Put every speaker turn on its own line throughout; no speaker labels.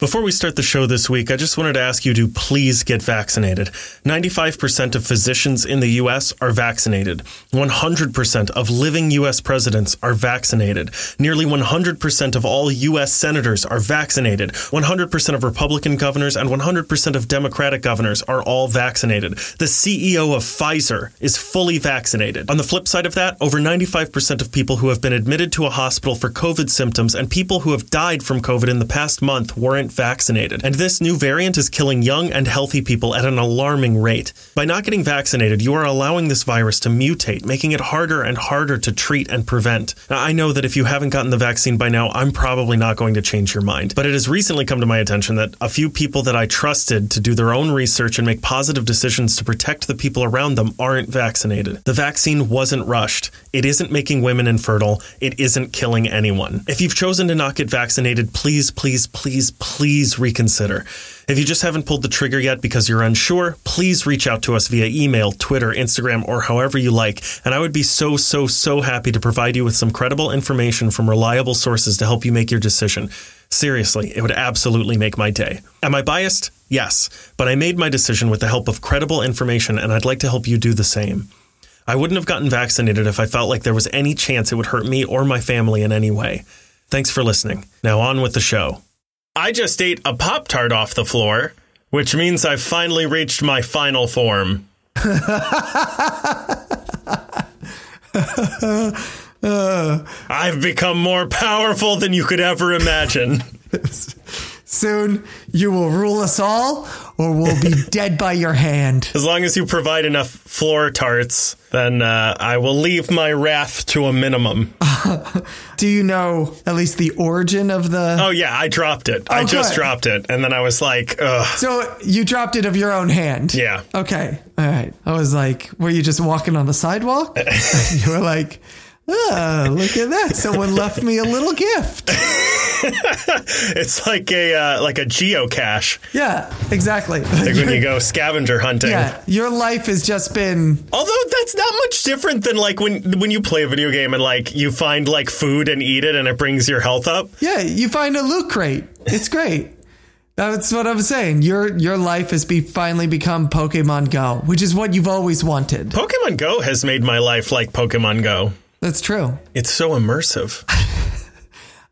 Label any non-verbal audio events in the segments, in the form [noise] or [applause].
Before we start the show this week, I just wanted to ask you to please get vaccinated. 95% of physicians in the U.S. are vaccinated. 100% of living U.S. presidents are vaccinated. Nearly 100% of all U.S. senators are vaccinated. 100% of Republican governors and 100% of Democratic governors are all vaccinated. The CEO of Pfizer is fully vaccinated. On the flip side of that, over 95% of people who have been admitted to a hospital for COVID symptoms and people who have died from COVID in the past month were weren't vaccinated. And this new variant is killing young and healthy people at an alarming rate. By not getting vaccinated, you are allowing this virus to mutate, making it harder and harder to treat and prevent. Now, I know that if you haven't gotten the vaccine by now, I'm probably not going to change your mind. But it has recently come to my attention that a few people that I trusted to do their own research and make positive decisions to protect the people around them aren't vaccinated. The vaccine wasn't rushed. It isn't making women infertile. It isn't killing anyone. If you've chosen to not get vaccinated, please, please, please, please reconsider. If you just haven't pulled the trigger yet because you're unsure, please reach out to us via email, Twitter, Instagram, or however you like. And I would be so, so, so happy to provide you with some credible information from reliable sources to help you make your decision. Seriously, it would absolutely make my day. Am I biased? Yes, but I made my decision with the help of credible information, and I'd like to help you do the same. I wouldn't have gotten vaccinated if I felt like there was any chance it would hurt me or my family in any way. Thanks for listening. Now, on with the show. I just ate a Pop Tart off the floor, which means I've finally reached my final form. I've become more powerful than you could ever imagine.
Soon you will rule us all, or we'll
[laughs]
be dead by your hand.
As long as you provide enough floor tarts, then uh, I will leave my wrath to a minimum.
Do you know at least the origin of the?
Oh, yeah, I dropped it. I
Oh,
just
good.
dropped it. And then I was like, ugh.
So you dropped it of your own hand.
Yeah.
Okay. All right. I was like, were you just walking on the sidewalk?
[laughs]
[laughs] you were like, oh, look at that! Someone left me a little gift.
It's like a uh, like a geocache,
Yeah. Exactly.
like when you go scavenger hunting.
[laughs] yeah. Your life has just been
Although that's not much different than like when when you play a video game and like you find like food and eat it and it brings your health up.
Yeah, you find a loot crate. It's great. That's what I'm saying. Your your life has be finally become Pokemon Go, which is what you've always wanted.
Pokemon Go has made my life like Pokemon Go.
That's true.
It's so immersive.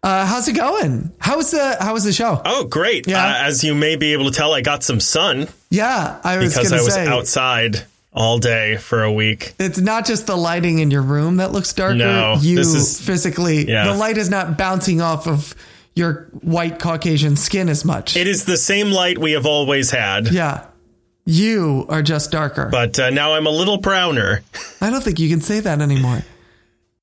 Uh, how's it going? How's the how's the show?
Oh, great.
Yeah.
Uh, as you may be able to tell, I got some sun
Yeah, I was
because
gonna
I was
say
outside all day for a week.
it's not just the lighting in your room that looks darker.
No,
you
this is-
physically
yeah.
the light is not bouncing off of your white Caucasian skin as much.
It is the same light we have always had,
yeah. You are just darker.
but uh, now I'm a little browner.
I don't think you can say that anymore.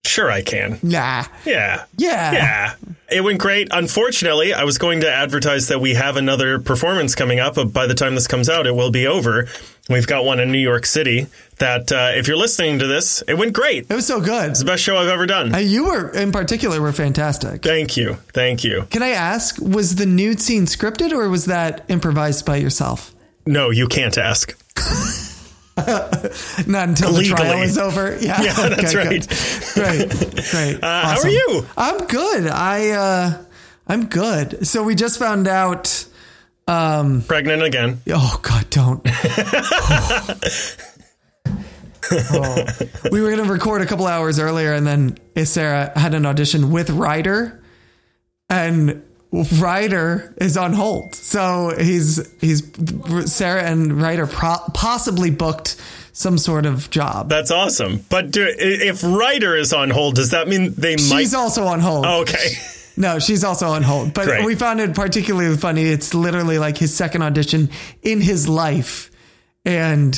Sure, I can.
Nah.
Yeah.
Yeah.
Yeah. It went great. Unfortunately, I was going to advertise that we have another performance coming up, but by the time this comes out, it will be over. We've got one in New York City that, uh, if you're listening to this, it went great.
It was so good.
Best show I've ever done.
Uh, You were, in particular, were fantastic.
Thank you. Thank you.
Can I ask, was the nude scene scripted or was that improvised by yourself?
No, you can't ask.
Not until the trial
Legally.
is over. [laughs] Yeah,
Yeah, that's right.
Great,
[laughs]
great.
Uh, How are you?
I'm good. I, uh, I'm good. So we just found out.
Pregnant again.
Oh God, don't. Oh. We were going to record a couple hours earlier, and then Sarah had an audition with Ryder, and Ryder is on hold. So he's he's Sarah and Ryder pro- possibly booked some sort of job.
That's awesome. But do, i- if Ryder is on hold, does that mean they might? Oh,
She's also on hold.
Okay.
No, she's also on hold. But
Great.
we found it particularly funny. It's literally like his second audition in his life, and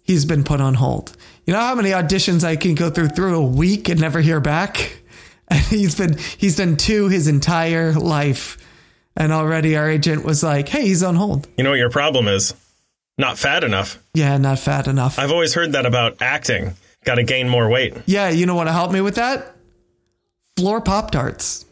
he's been put on hold. You know how many auditions I can go through through a week and never hear back? [laughs] And he's been he's done two his entire life, and already our agent was like, "Hey, he's on hold.
You know what your problem is? Not fat enough.
Yeah, not fat enough.
I've always heard that about acting. Got to gain more weight.
yeah, you know want to help me with that? Floor pop tarts."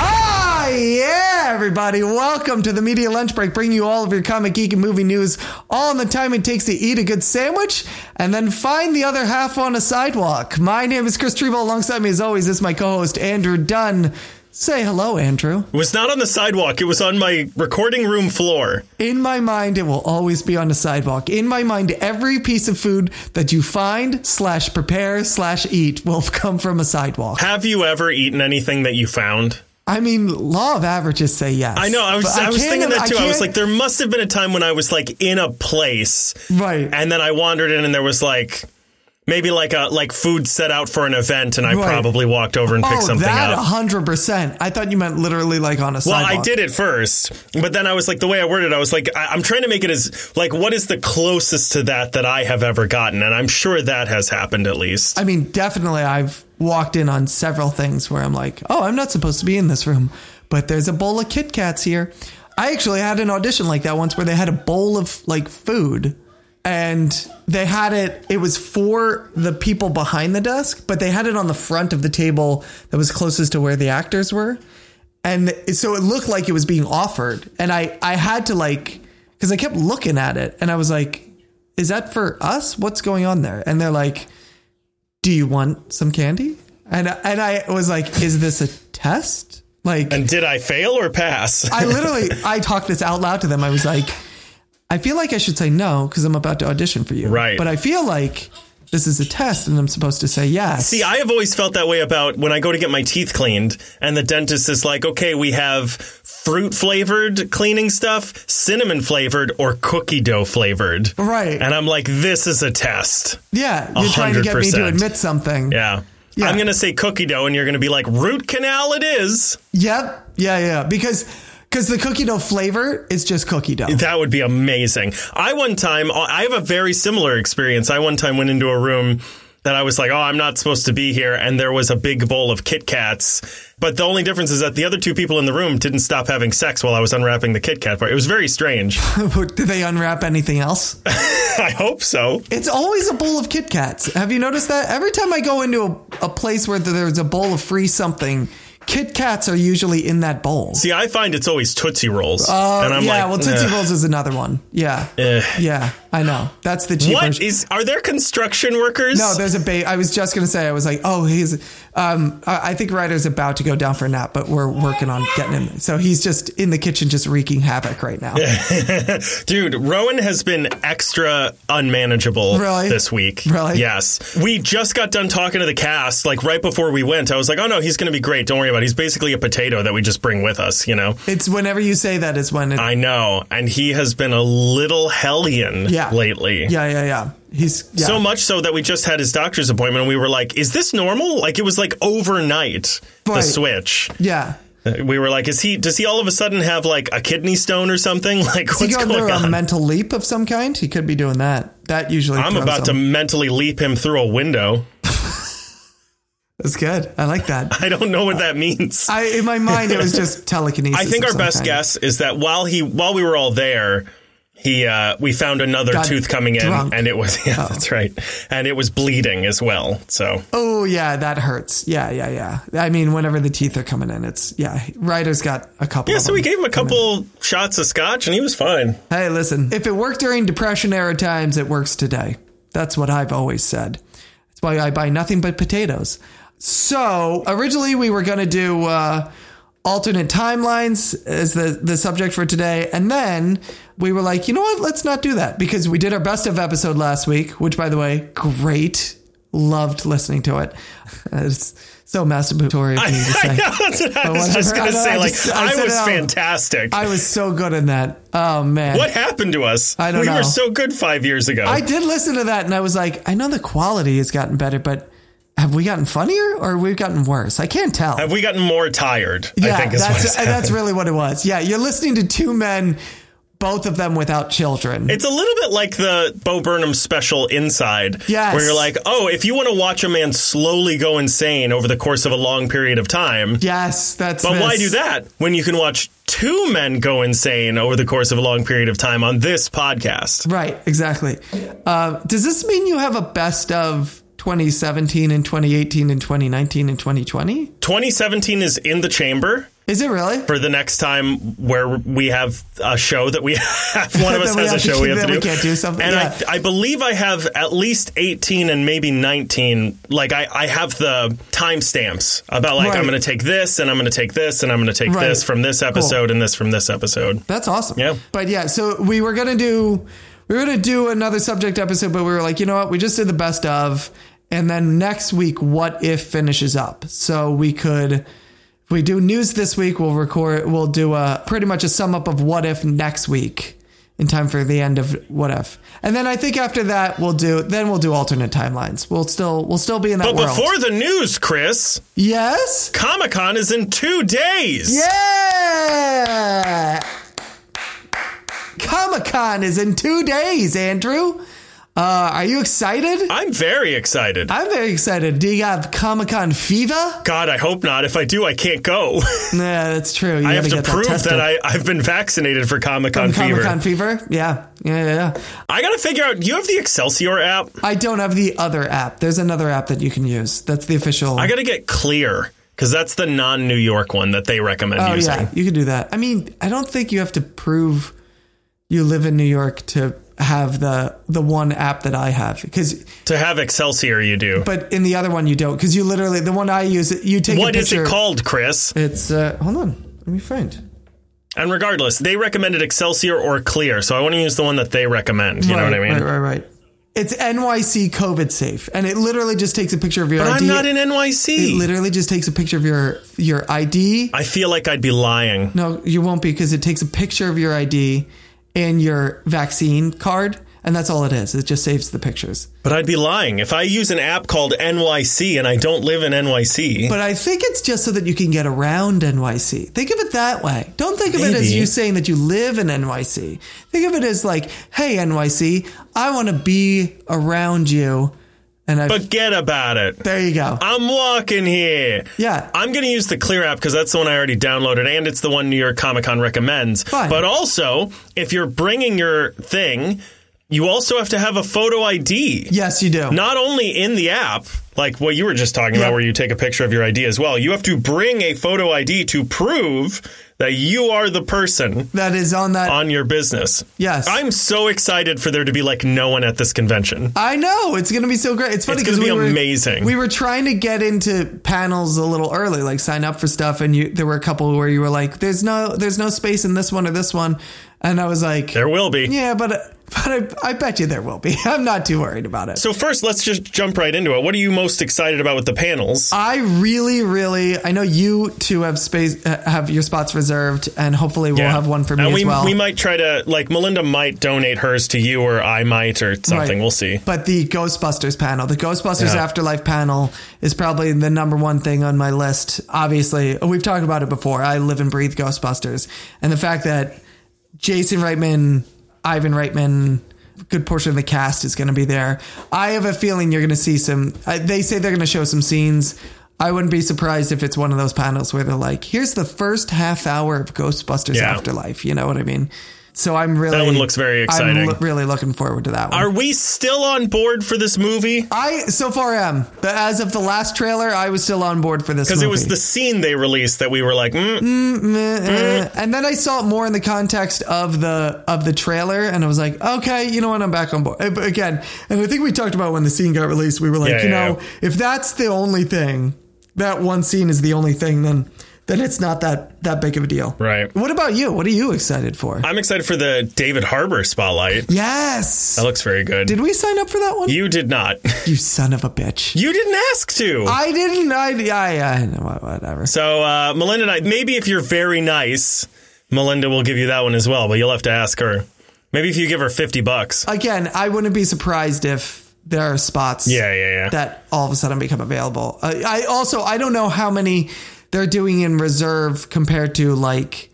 Ah, yeah, everybody. Welcome Welcome to the Media Lunch Break, bringing you all of your comic geek and movie news, all in the time it takes to eat a good sandwich and then find the other half on a sidewalk. My name is Chris Trevo. Alongside me, as always, is my co host, Andrew Dunn. Say hello, Andrew.
It was not on the sidewalk. It was on my recording room floor.
In my mind, it will always be on the sidewalk. In my mind, every piece of food that you find, slash prepare, slash eat will [laughs] come from a sidewalk.
Have you ever eaten anything that you found?
I mean, law of averages say yes.
I know. I was,
But
I was
can't-
thinking that too. I, was
can't-
like, there must have been a time when I was like in a place,
Right.
and then I wandered in, and there was like maybe like a like food set out for an event, and I
Right.
probably walked over and picked
oh,
something
that
up.
hundred percent. I thought you meant literally like on a
Well,
sidewalk.
I did it first, but then I was like, the way I worded, it, I was like, I, I'm trying to make it as like, what is the closest to that that I have ever gotten, and I'm sure that has happened at least.
I mean, definitely, I've walked in on several things where I'm like, oh, I'm not supposed to be in this room, but there's a bowl of Kit Kats here. I actually had an audition like that once where they had a bowl of like food and they had it, it was for the people behind the desk, but they had it on the front of the table that was closest to where the actors were. And so it looked like it was being offered. And I, I had to like, because I kept looking at it and I was like, is that for us? What's going on there? And they're like, do you want some candy? And and I was like, is this a test? Like
and did I fail or pass?
I literally I talked this out loud to them. I was like, I feel like I should say no because I'm about to audition for you.
Right.
But I feel like this is a test and I'm supposed to say yes.
See, I have always felt that way about when I go to get my teeth cleaned, and the dentist is like, okay, we have fruit flavored cleaning stuff, cinnamon flavored, or cookie dough flavored.
Right.
And I'm like, this is a test.
yeah, you're trying to get me to
100%.
admit something.
Yeah.
Yeah.
I'm going to say cookie dough, and you're going to be like, root canal it is.
Yep. Yeah, yeah. Because because the cookie dough flavor is just cookie dough. [laughs]
That would be amazing. I one time, I have a very similar experience. I one time went into a room that I was like, oh, I'm not supposed to be here. And there was a big bowl of Kit Kats. But the only difference is that the other two people in the room didn't stop having sex while I was unwrapping the Kit Kat part. It was very strange. [laughs]
Did they unwrap anything else?
I hope so.
It's always a bowl of Kit Kats. Have you noticed that? Every time I go into a, a place where there's a bowl of free something, Kit Kats are usually in that bowl.
See, I find it's always Tootsie Rolls. and I'm
Oh, yeah,
like,
well, Tootsie
"Eh."
Rolls is another one. Yeah. Yeah, I know. That's the cheap
What
version.
is, are there construction workers?
No, there's a ba I was just going to say, I was like, oh, he's, um, I I think Ryder's about to go down for a nap, but we're working on getting him. So he's just in the kitchen, just wreaking havoc right now.
[laughs] Dude, Rowan has been extra unmanageable
Really?
this week.
Really?
Yes. We just got done talking to the cast, like right before we went. I was like, oh no, he's going to be great. Don't worry about it. He's basically a potato that we just bring with us, you know?
It's whenever you say that is when it,
I know. And he has been a little hellion
Yeah.
lately.
yeah, yeah, yeah. He's, yeah.
So much so that we just had his doctor's appointment and we were like, is this normal? Like it was like overnight, the
Right.
switch.
yeah.
We were like, is he, does he all of a sudden have like a kidney stone or something? [laughs] Like what's
Is he going,
going
through
on?
a mental leap of some kind? He could be doing that. That usually.
I'm
throws
about to
him.
mentally leap him through a window. [laughs]
That's good. I like that.
I don't know what that means.
I in my mind it was
[laughs]
just telekinesis.
I think
of
our
some
best
kind.
guess is that while he while we were all there, he uh, we found another
Got
tooth coming in,
drunk.
and it was [laughs] yeah, that's right, and it was bleeding as well. So
Oh yeah, that hurts. Yeah, yeah, yeah. I mean, whenever the teeth are coming in, it's yeah. Ryder's got a couple.
yeah,
of
so we
them.
gave him a
Oh.
couple shots of scotch, and he was fine.
Hey, listen. If it worked during Depression era times, it works today. That's what I've always said. That's why I buy nothing but potatoes. So originally we were going to do uh, alternate timelines as the, the subject for today. And then we were like, you know what? Let's not do that because we did our best of episode last week, which, by the way, great. Loved listening to it. It's so masturbatory. of me to say.
That's what [laughs] I was just gonna
whatever. I know,
say
I
like
just- I
I,
said
was
it out.
fantastic.
I was so good in that. Oh man.
what happened to us?
I don't
we
know.
were so good five years ago.
I did listen to that and I was like, I know the quality has gotten better, but have we gotten funnier or have we gotten worse? I can't tell.
Have we gotten more tired?
yeah,
I think is
that's
what it's
and that's really what it was. Yeah, you're listening to two men, both of them without children.
It's a little bit like the Bo Burnham special Inside,
Yes.
where you're like, oh, if you want to watch a man slowly go insane over the course of a long period of time,
yes, that's.
but
this.
why do that when you can watch two men go insane over the course of a long period of time on this podcast?
Right, exactly. Uh, does this mean you have a best of 2017 and 2018 and 2019 and 2020?
2017 is in the chamber
Is it really?
for the next time where we have a show that we [laughs] have. One of us
[laughs] That we
has a
have to
show we
keep-
have to
that
do.
we can't do something,
And
yeah.
I, I believe I have at least 18 and maybe 19. Like I, I have the timestamps about like
Right.
I'm going to take this and I'm going to take this and I'm going to take
Right.
this from this episode and this from this episode.
That's awesome.
Yeah.
But yeah, so we were gonna do we were gonna do another subject episode, but we were like, you know what? We just did the best of, and then next week, what if finishes up? So we could, if we do news this week, we'll record, we'll do a pretty much a sum up of what if next week in time for the end of what if, and then I think after that we'll do then we'll do alternate timelines. We'll still we'll still be in that
But
world.
before the news, Chris,
yes.
Comic Con is in two days.
Yeah! Comic Con is in two days, Andrew. Uh, are you excited?
I'm very excited.
I'm very excited. Do you have Comic Con fever? Yeah,
God, I hope not. If I do, I can't go. [laughs]
that's true. You
I have to
get
prove that,
tested.
I, I've been vaccinated for Comic Con fever.
Comic Con fever? Yeah. yeah, yeah, yeah.
I gotta figure out. You have the Excelsior app.
I don't have the other app. There's another app that you can use. That's the official.
I gotta get Clear because that's the non-New York one that they recommend
oh
using.
yeah, you can do that. I mean, I don't think you have to prove you live in New York to have the the one app that I have because
To have Excelsior, you do.
But in the other one, you don't because you literally the one I use. You take
what
a
is
picture.
it called, Chris?
It's uh, hold on, let me find.
And regardless, they recommended Excelsior or Clear, so I want to use the one that they recommend. You know what I mean?
Right, right, right. It's NYC COVID safe, and it literally just takes a picture of your
But
ID.
I'm not in
it
NYC.
literally just takes a picture of your your ID.
I feel like I'd be lying.
No, you won't be because it takes a picture of your ID and your vaccine card, and that's all it is. It just saves the pictures.
But I'd be lying if I use an app called NYC and I don't live in NYC.
But I think it's just so that you can get around NYC. Think of it that way. Don't think of it as
Maybe.
you saying that you live in NYC. Think of it as like, hey, NYC, I want to be around you. And I,
Forget about it.
there you go.
I'm walking here.
Yeah.
I'm going to use the Clear app because that's the one I already downloaded and it's the one New York Comic Con recommends.
Fine.
But also, if you're bringing your thing, you also have to have a photo ID.
yes, you do.
Not only in the app, like what you were just talking about,
Yeah.
where you take a picture of your ID as well, you have to bring a photo ID to prove that you are the person
that is on that.
on your business.
Yes.
I'm so excited for there to be like no one at this convention.
I know it's going to be so great. It's funny
It's gonna
because
be
we were
amazing.
We were trying to get into panels a little early, like sign up for stuff, and you there were a couple where you were like, "There's no, there's no space in this one or this one," and I was like,
There will be.
Yeah, but but I, I bet you there will be. [laughs] I'm not too worried about it.
So first, let's just jump right into it. What are you most excited about with the panels?
I really, really, I know you two have space, uh, have your spots reserved, and hopefully we'll
Yeah.
have one for me
and we,
as well.
We might try to like Melinda might donate hers to you, or I might, or something.
Right.
We'll see.
But the Ghostbusters panel, the Ghostbusters
Yeah.
Afterlife panel is probably the number one thing on my list. Obviously, we've talked about it before. I live and breathe Ghostbusters. And the fact that Jason Reitman, Ivan Reitman, a good portion of the cast is going to be there. I have a feeling you're going to see some. I, they say they're going to show some scenes. I wouldn't be surprised if it's one of those panels where they're like, here's the first half hour of Ghostbusters
Yeah.
Afterlife. You know what I mean? So I'm really.
That one looks very
I'm
exciting.
lo- really looking forward to that one.
Are we still on board for this movie?
I so far am. But As of the last trailer, I was still on board for this
Because
movie.
it was the scene they released that we were like, mm, [laughs]
Uh, and then I saw it more in the context of the of the trailer, and I was like, okay, you know what, I'm back on board Uh, but again. And I think we talked about when the scene got released. We were like,
Yeah,
you
yeah,
know, if that's the only thing, that one scene is the only thing, then then it's not that that big of a deal.
right.
What about you? What are you excited for?
I'm excited for the David Harbor spotlight.
yes.
That looks very good.
Did we sign up for that one?
you did not. [laughs]
You son of a bitch.
you didn't ask to.
I didn't. I. I. I whatever.
so uh, Melinda and I, maybe if you're very nice, Melinda will give you that one as well, but you'll have to ask her. Maybe if you give her 50 bucks.
again, I wouldn't be surprised if there are spots
Yeah, yeah, yeah.
that all of a sudden become available. I, I also I don't know how many they're doing in reserve compared to like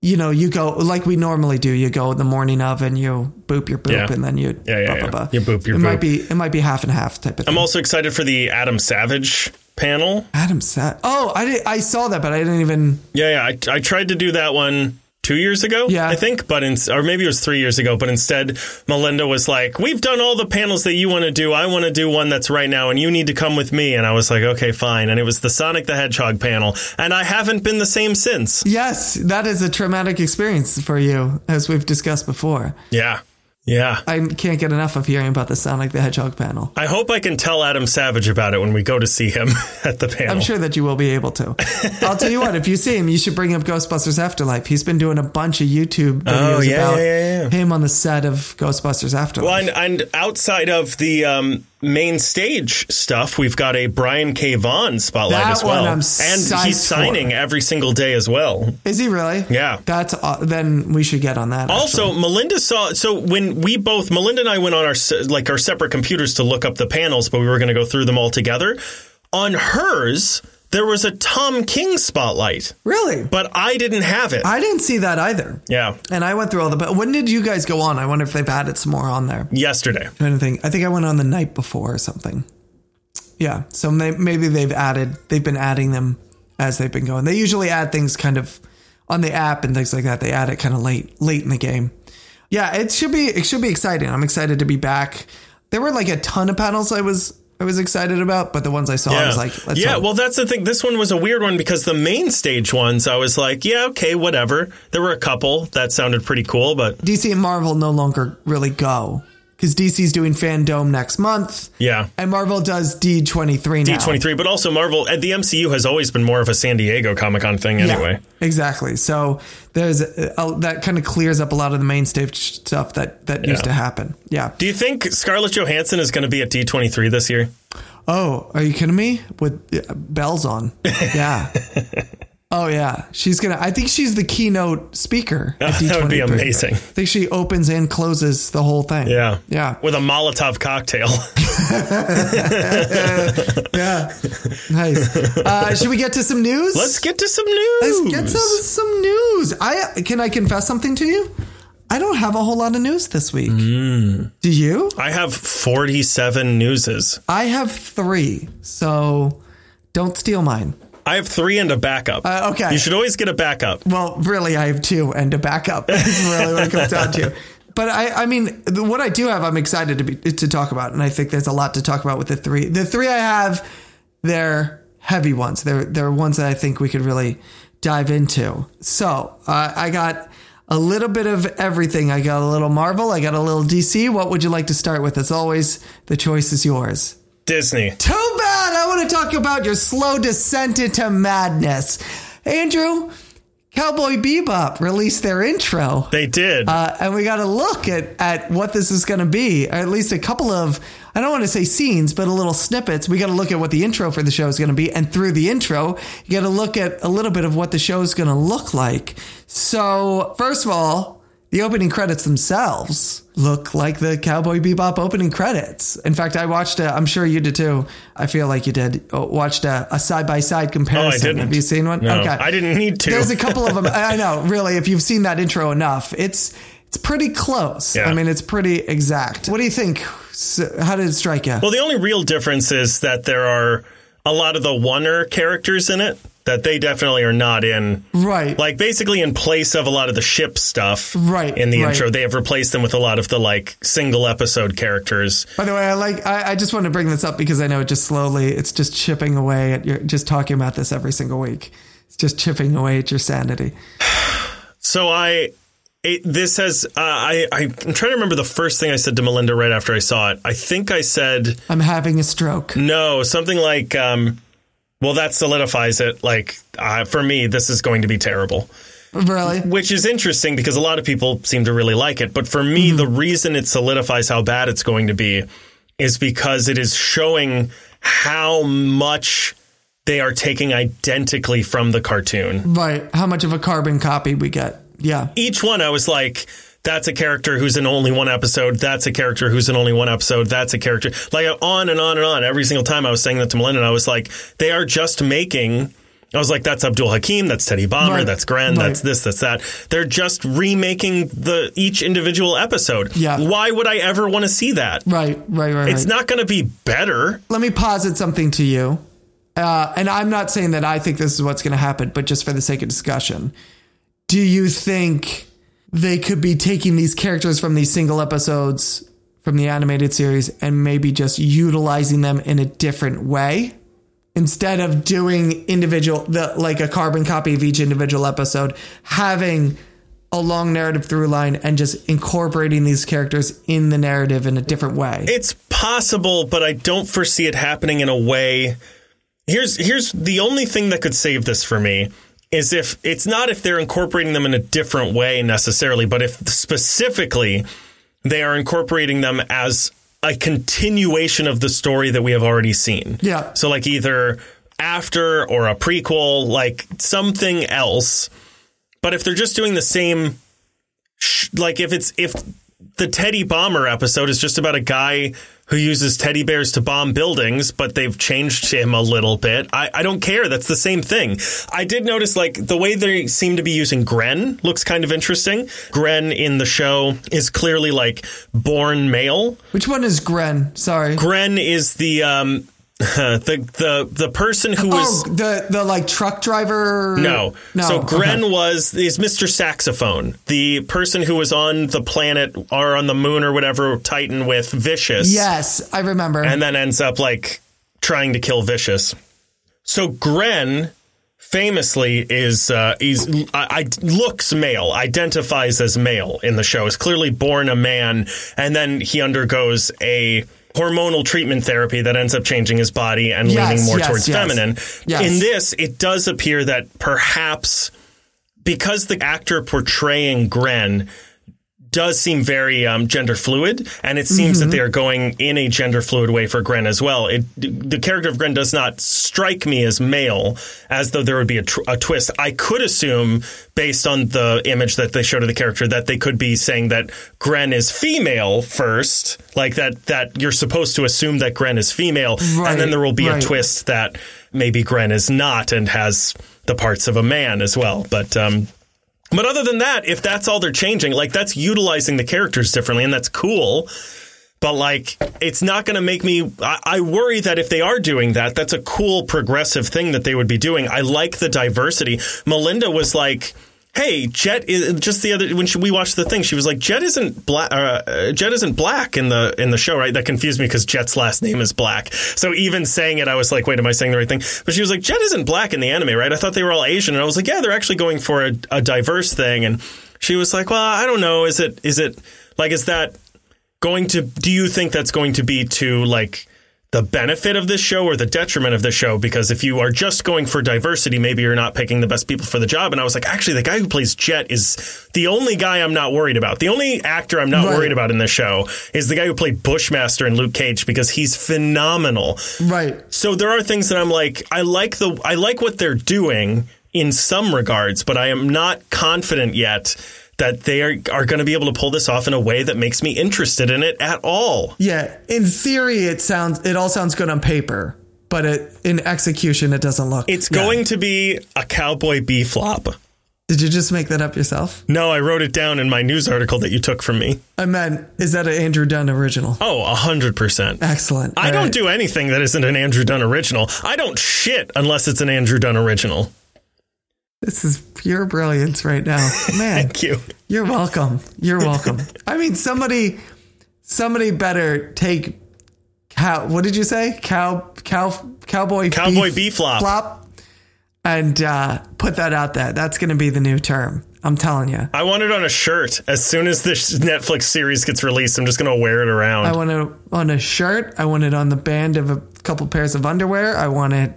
you know you go like we normally do. You go the morning of and you boop your boop
Yeah.
and then you
Yeah, yeah,
blah,
yeah.
blah, blah.
You boop your
It
boop.
might be it might be half and half type of thing.
I'm also excited for the Adam Savage panel.
Adam Sa- Oh, I did, I saw that, but I didn't even.
Yeah, yeah. I, I tried to do that one two years ago,
Yeah.
I think, but in, or maybe it was three years ago. But instead, Melinda was like, "We've done all the panels that you want to do. I want to do one that's right now, and you need to come with me." And I was like, "Okay, fine." And it was the Sonic the Hedgehog panel, and I haven't been the same since.
Yes, that is a traumatic experience for you, as we've discussed before.
Yeah, yeah.
I can't get enough of hearing about the Sonic the Hedgehog panel.
I hope I can tell Adam Savage about it when we go to see him [laughs] at the panel.
I'm sure that you will be able
[laughs]
to. I'll tell you what, if you see him, you should bring up Ghostbusters Afterlife. He's been doing a bunch of YouTube videos
Oh, yeah,
about
yeah, yeah, yeah.
him on the set of Ghostbusters Afterlife.
Well, and, and outside of the um, main stage stuff, we've got a Brian K. Vaughn spotlight
That
as well,
one I'm
and
psyched
he's signing
for.
every single day as well.
Is he really?
Yeah.
That's aw- then we should get on that.
Also, Melinda saw. So when we both, Melinda and I, went on our se- like our separate computers to look up the panels, but we were going to go through them all together. On hers, there was a Tom King spotlight,
really,
but I didn't have it.
I didn't see that either.
yeah,
And I went through all the. But when did you guys go on? I wonder if they've added some more on there.
yesterday.
trying to think. I think I went on the night before or something. Yeah. So may, maybe they've added, they've been adding them as they've been going. They usually add things kind of on the app and things like that. They add it kind of late, late in the game. Yeah. It should be, it should be exciting. I'm excited to be back. There were like a ton of panels I was, I was excited about, but the ones I saw, I was like, let's
yeah,
hope.
well, that's the thing. This one was a weird one because the main stage ones, I was like, yeah, okay, whatever. There were a couple that sounded pretty cool, but
DC and Marvel no longer really go because DC's doing Fandom next month.
yeah.
And Marvel does D23 now.
D23, but also Marvel, uh, the MCU has always been more of a San Diego Comic Con thing anyway.
Yeah, exactly. So there's uh, uh, that kind of clears up a lot of the main stage stuff that that used to happen. Yeah.
Do you think Scarlett Johansson is going to be at D23 this year?
Oh, are you kidding me? With uh,
[laughs]
bells on. Yeah. oh yeah. She's gonna. I think she's the
[laughs]
keynote speaker. At D23.
that would be amazing.
I think she opens and closes the whole thing.
Yeah.
Yeah.
With a Molotov
[laughs]
cocktail. [laughs]
Yeah. nice. Uh, should we get to some news?
Let's get to some news.
Let's get some some news. I can I confess something to you? I don't have a whole lot of news this week.
Mm.
Do you?
I have 47 newses.
I have three, so don't steal mine.
I have three and a backup.
Uh, okay.
You should always get a backup.
Well, really, I have two and a backup. That's really what it comes down
[laughs]
to. But I, I mean, the- what I do have, I'm excited to be to talk about, and I think there's a lot to talk about with the three. The three I have, they're heavy ones. They're they're ones that I think we could really dive into. So uh, I got a little bit of everything. I got a little Marvel. I got a little DC. What would you like to start with? As always, the choice is yours.
Disney.
Too bad. I want to talk about your slow descent into madness. Andrew, Cowboy Bebop released their intro,
They did.
uh, and we got a look at, at what this is going to be, or at least a couple of, I don't want to say scenes, but a little snippets. We got to look at what the intro for the show is going to be. And through the intro, you got to look at a little bit of what the show is going to look like. So, first of all, the opening credits themselves look like the Cowboy Bebop opening credits. In fact, I watched a, I'm sure you did too. I feel like you did. uh, Watched a side by side comparison.
Oh, didn't.
Have you seen one?
No, I didn't need to.
There's a couple of them.
[laughs]
I know, really. If you've seen that intro enough, it's it's pretty close.
Yeah.
I mean, it's pretty exact. What do you think? So, how did it strike you?
Well, the only real difference is that there are a lot of the oneer characters in it that they definitely are not in.
right.
Like basically in place of a lot of the ship stuff
Right,
in the
right.
intro, they have replaced them with a lot of the like single episode characters.
By the way, I like. I, I just want to bring this up because I know it just slowly. It's just chipping away at your. Just talking about this every single week. It's just chipping away at your sanity.
So I, it, this has uh, I I'm trying to remember the first thing I said to Melinda right after I saw it. I think I said
I'm having a stroke.
no, something like um, well that solidifies it. Like uh, for me, this is going to be terrible. [laughs]
Really?
which is interesting because a lot of people seem to really like it. But for me, the reason it solidifies how bad it's going to be is because it is showing how much they are taking identically from the cartoon.
Right. How much of a carbon copy we get? Yeah.
Each one, I was like, that's a character who's in only one episode. That's a character who's in only one episode. That's a character. Like on and on and on. Every single time I was saying that to Melinda, and I was like, they are just making. I was like, that's Abdul Hakim, that's Teddy Bomber,
Right.
that's Gren,
Right.
that's this, that's that. They're just remaking the each individual episode.
Yeah.
Why would I ever want to see that?
Right. Right. Right.
It's
right.
not going to be better.
let me posit something to you. Uh, and I'm not saying that I think this is what's going to happen, but just for the sake of discussion, do you think they could be taking these characters from these single episodes from the animated series and maybe just utilizing them in a different way instead of doing individual the like a carbon copy of each individual episode having a long narrative through line and just incorporating these characters in the narrative in a different way
It's possible, but I don't foresee it happening in a way. Here's here's the only thing that could save this for me is if it's not if they're incorporating them in a different way necessarily, but if specifically they are incorporating them as a continuation of the story that we have already seen.
Yeah.
So like either after or a prequel, like something else. But if they're just doing the same sh- like if it's if the Teddy Bomber episode is just about a guy who uses teddy bears to bomb buildings, but they've changed him a little bit. I, I don't care. That's the same thing. I did notice like the way they seem to be using Gren looks kind of interesting. Gren in the show is clearly like born male.
which one is gren sorry
Gren is the um [laughs] the the the person who was
oh the the like truck driver
no.
Mm. no
So Gren
okay.
was is Mr. Saxophone, the person who was on the planet or on the moon or whatever Titan with Vicious.
yes i remember
And then ends up like trying to kill Vicious. So Gren famously is uh he's I, I looks male identifies as male in the show is clearly born a man and then he undergoes a hormonal treatment therapy that ends up changing his body and
Yes,
leaning more
yes,
towards
yes.
feminine
Yes.
in this it does appear that perhaps because the actor portraying Gren does seem very um, gender fluid, and it seems
Mm-hmm.
that they are going in a gender fluid way for Gren as well. It, the character of Gren does not strike me as male, as though there would be a, tr- a twist. I could assume, based on the image that they showed of the character, that they could be saying that Gren is female first, like that that you're supposed to assume that Gren is female, and then
Right,
there will be
right.
a twist that maybe Gren is not and has the parts of a man as well. But um, but other than that, if that's all they're changing, like that's utilizing the characters differently, and that's cool. But like, it's not going to make me. I, I worry that if they are doing that, that's a cool progressive thing that they would be doing. I like the diversity. Melinda was like. Hey, Jet is just the other when she, we watched the thing. She was like, "Jet isn't black. Uh, uh, Jet isn't black in the in the show, right?" That confused me because Jet's last name is Black. So even saying it, I was like, "Wait, am I saying the right thing?" But she was like, "Jet isn't black in the anime, right?" I thought they were all Asian, and I was like, "Yeah, they're actually going for a, a diverse thing." And she was like, "Well, I don't know. Is it is it like is that going to do you think that's going to be to like the benefit of this show or the detriment of this show because if you are just going for diversity maybe you're not picking the best people for the job and i was like actually the guy who plays jet is the only guy i'm not worried about the only actor i'm not
Right.
worried about in this show is the guy who played bushmaster in luke cage because he's phenomenal
right
so there are things that I'm like, I like the, I like what they're doing in some regards, but I am not confident yet that they are, are going to be able to pull this off in a way that makes me interested in it at all.
Yeah, in theory, it sounds it all sounds good on paper, but it, in execution, it doesn't look.
It's going to be a cowboy B flop.
Did you just make that up yourself?
No, I wrote it down in my news article that you took from me.
I meant, is that an Andrew Dunn original?
Oh, a hundred percent.
Excellent.
I
All
don't
right.
do anything that isn't an Andrew Dunn original. I don't shit unless it's an Andrew Dunn original.
This is pure brilliance right now,
[laughs]
man.
Thank you.
You're welcome.
[laughs]
You're welcome. I mean, somebody, somebody better take cow. What did you say? Cow, cow, cowboy,
Cowboy B-flop.
flop, and uh, put that out there. That's going to be the new term. I'm telling you.
I want it on a shirt. As soon as this Netflix series gets released, I'm just going to wear it around.
I want it on a shirt. I want it on the band of a couple pairs of underwear. I want it.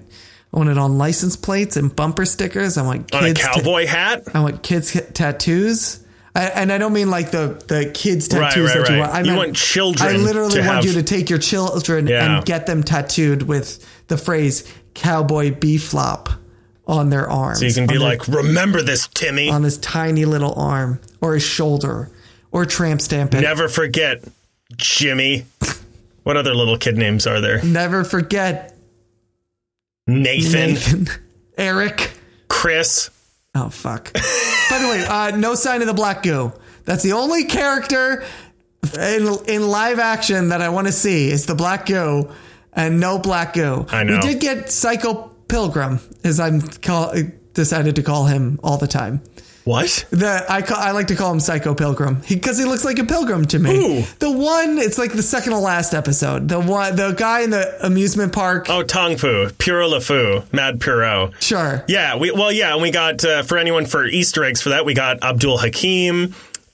I want it on license plates and bumper stickers. I want
on a
kids. ta-
cowboy hat.
I want kids ca- tattoos. I, and I don't mean like the the kids
Right,
tattoos
right,
that
right.
you want. I
You
meant-
want children
I literally
to
want
have-
you to take your children
Yeah.
and get them tattooed with the phrase "cowboy b flop" on their arms.
You can be
on their-
like, remember this, Timmy.
on his tiny little arm or his shoulder or tramp stamp it.
Never forget, Jimmy. What other little kid names are there?
Never forget
Nathan,
Nathan, [laughs] Eric.
Chris.
Oh fuck! By the way, uh, no sign of the black goo. That's the only character in in live action that I want to see is the black goo, and no black goo.
I know.
We did get Psycho Pilgrim, as I'm call, decided to call him all the time.
What?
The I ca- I like to call him Psycho Pilgrim because he, looks like a pilgrim to me.
Ooh.
The one it's like the second to last episode. The one the guy in the amusement park.
Oh, Tong Fu, Puro LeFou, Mad Puro.
Sure.
Yeah, we well, yeah, and we got uh, for anyone for Easter eggs for that, we got Abdul Hakim.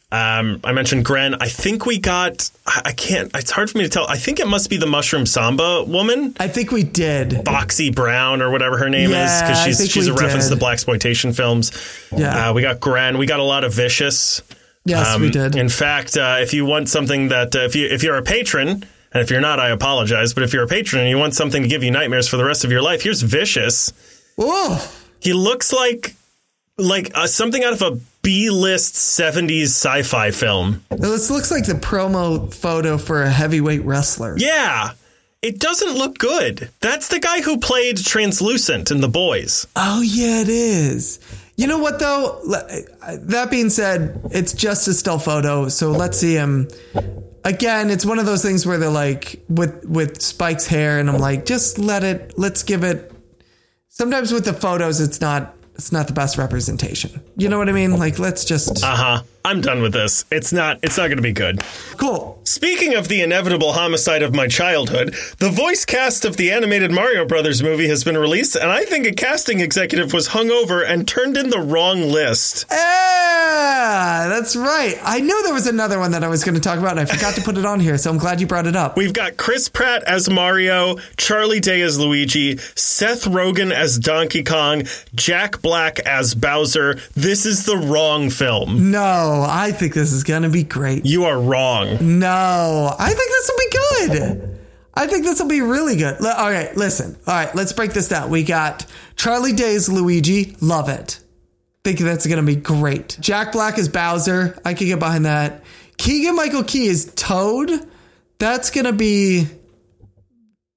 Um, I mentioned Gren. I think we got. I, I can't. It's hard for me to tell. I think it must be the Mushroom Samba woman,
I think we did.
Boxy Brown or whatever her name is,
Yeah,
because
I
she's
think
she's
we
a reference to
did.
the black exploitation films.
Yeah.
uh, we got Gren. We got a lot of Vicious.
Yes,
Um,
we did.
In fact, uh, if you want something that uh, if you if you're a patron. And if you're not, I apologize. But if you're a patron and you want something to give you nightmares for the rest of your life, here's Vicious.
Whoa.
He looks like like uh, something out of a B-list 70s sci-fi film.
This looks like the promo photo for a heavyweight wrestler.
Yeah. It doesn't look good. That's the guy who played Translucent in The Boys.
Oh yeah, it is. You know what though? L- That being said, it's just a still photo, so let's see him. Again, it's one of those things where they're like with with Spike's hair, and I'm like, just let it. Let's give it. Sometimes with the photos, it's not it's not the best representation. You know what I mean? Like, let's just
Uh-huh. I'm done with this. It's not it's not going to be good.
cool.
Speaking of the inevitable homicide of my childhood, the voice cast of the animated Mario Brothers movie has been released and I think a casting executive was hungover and turned in the wrong list.
Yeah, that's right. I knew there was another one that I was going to talk about, and I forgot to put it on here, so I'm glad you brought it up.
We've got Chris Pratt as Mario, Charlie Day as Luigi, Seth Rogen as Donkey Kong, Jack Black as Bowser. This is the wrong film.
No, I think this is going to be great.
You are wrong.
No, I think this will be good. I think this will be really good. L- All right, listen. All right, let's break this down. We got Charlie Day's Luigi. Love it. Think that's going to be great. Jack Black is Bowser. I could get behind that. Keegan Michael Key is Toad. That's going to be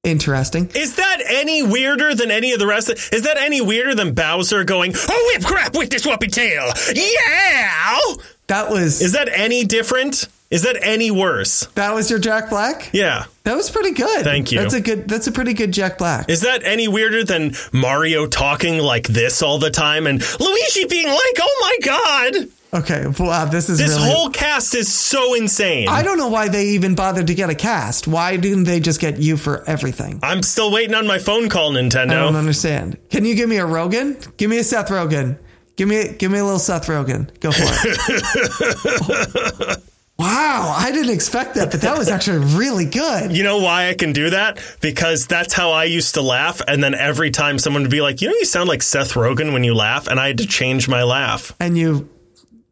interesting.
Is that any weirder than any of the rest? Of, is that any weirder than Bowser going, oh, whip crap with this whoopee tail? Yeah!
That was
Is that any different? Is that any worse?
that was your Jack Black?
Yeah.
That was pretty good.
Thank you.
That's a good that's a pretty good Jack Black.
Is that any weirder than Mario talking like this all the time and Luigi being like, oh my god?
okay, wow, this is
This
really
whole cast is so insane.
I
I,
don't know why they even bothered to get a cast. Why didn't they just get you for everything?
am still waiting on my phone call,
I don't
Nintendo.
understand. Can you give me a Rogan? Give me a Seth Rogan. Give me give me a little Seth Rogan. Go for it. wow, I didn't expect that, but that was actually really good.
You know why I can do that? Because that's how I used to laugh. And then every time someone would be like, you know, you sound like Seth Rogen when you laugh. And I had to change my laugh.
And you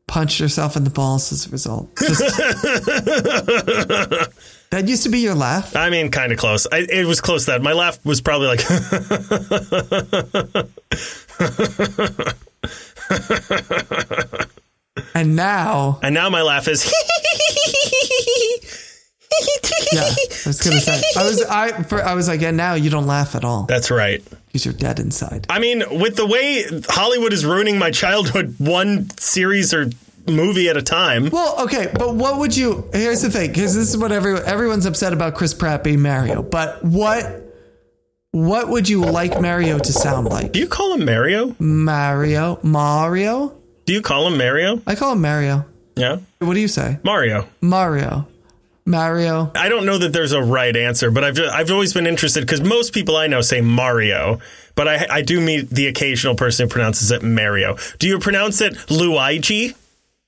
punched yourself in the balls as a result. Just- that used to be your laugh.
I mean, kind of close. I, it was close to that. My laugh was probably like, [laughs]
And now
and now my laugh is, [laughs]
yeah, I was gonna say I was I for, I was like, and now you don't laugh at all
[laughs] that's right.
because you're dead inside.
I mean, with the way Hollywood is ruining my childhood [laughs] one series or movie at a time.
Well, okay, but what would you? Here's the thing, because this is what everyone everyone's upset about Chris Pratt being Mario. But what what would you like Mario to sound like?
Do you call him Mario?
Mario, Mario.
Do you call him Mario?
I call him Mario.
Yeah.
What do you say,
Mario.
Mario? Mario.
I don't know that there's a right answer, but I've I've always been interested because most people I know say Mario, but I I do meet the occasional person who pronounces it Mario. Do you pronounce it Luigi?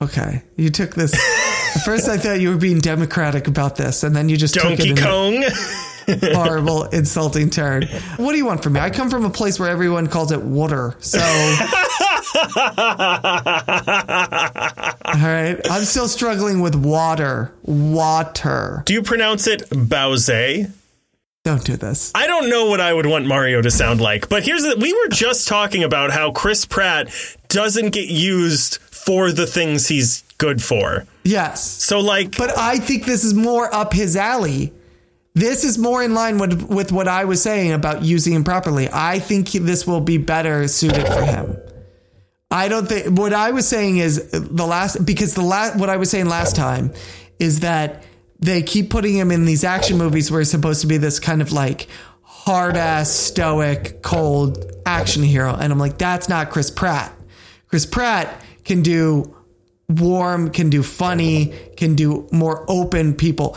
Okay, you took this. At first, I thought you were being democratic about this, and then you just took
Donkey
it in a
Kong?
horrible, insulting turn. What do you want from me? I come from a place where everyone calls it water, so. All right, I'm still struggling with water. Water.
do you pronounce it Bowser?
Don't do this.
I don't know what I would want Mario to sound like, but here's the, we were just talking about how Chris Pratt doesn't get used for the things he's good for.
Yes,
So like
but I think this is more up his alley. This is more in line with with what I was saying about using him properly. I think he- this will be better suited for him. I don't think what I was saying is the last because the last what I was saying last time is that they keep putting him in these action movies where he's supposed to be this kind of like hard ass stoic cold action hero and I'm like that's not Chris Pratt. Chris Pratt can do warm, can do funny, can do more open people.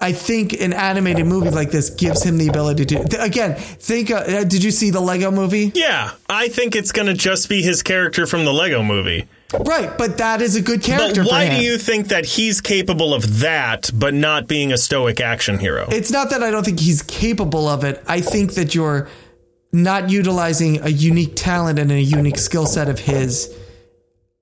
I think an animated movie like this gives him the ability to. th- again, think. Uh, uh, did you see the Lego movie?
Yeah, I think it's going to just be his character from the Lego movie.
Right, but that is a good character.
but why
for
do
him.
you think that he's capable of that, but not being a stoic action hero?
it's not that I don't think he's capable of it. I think that you're not utilizing a unique talent and a unique skill set of his.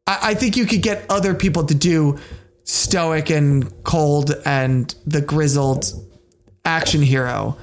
I, I think you could get other people to do stoic and cold and the grizzled action hero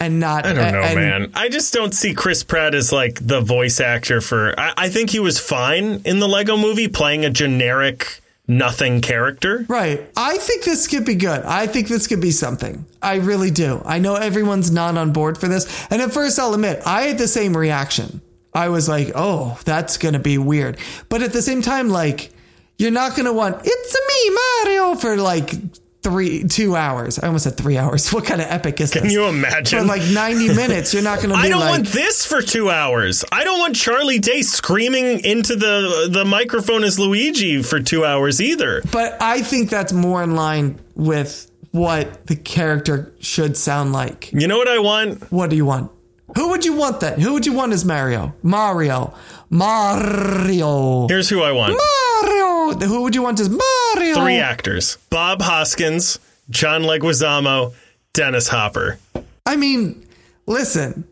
and not.
I don't know,
and-
man. I just don't see Chris Pratt as like the voice actor for. I, I think he was fine in the Lego movie playing a generic nothing character.
Right. I think this could be good. I think this could be something. I really do. I know everyone's not on board for this. And at first, I'll admit, I had the same reaction. I was like, oh, that's going to be weird. But at the same time, like, you're not going to want, it's a me, Mario, for like three, two hours. I almost said three hours. [laughs] What kind of epic is
Can
this?
you
For
imagine?
like
[laughs]
90 minutes, you're not going to be
I don't
like,
want this for two hours. I don't want Charlie Day screaming into the the microphone as Luigi for two hours either.
But I think that's more in line with what the character should sound like.
You know what I want?
What do you want? Who would you want then? Who would you want as Mario? Mario. Mario.
Here's who I want.
Mario. Who would you want as Mario?
Three actors: Bob Hoskins, John Leguizamo, Dennis Hopper.
I mean, listen,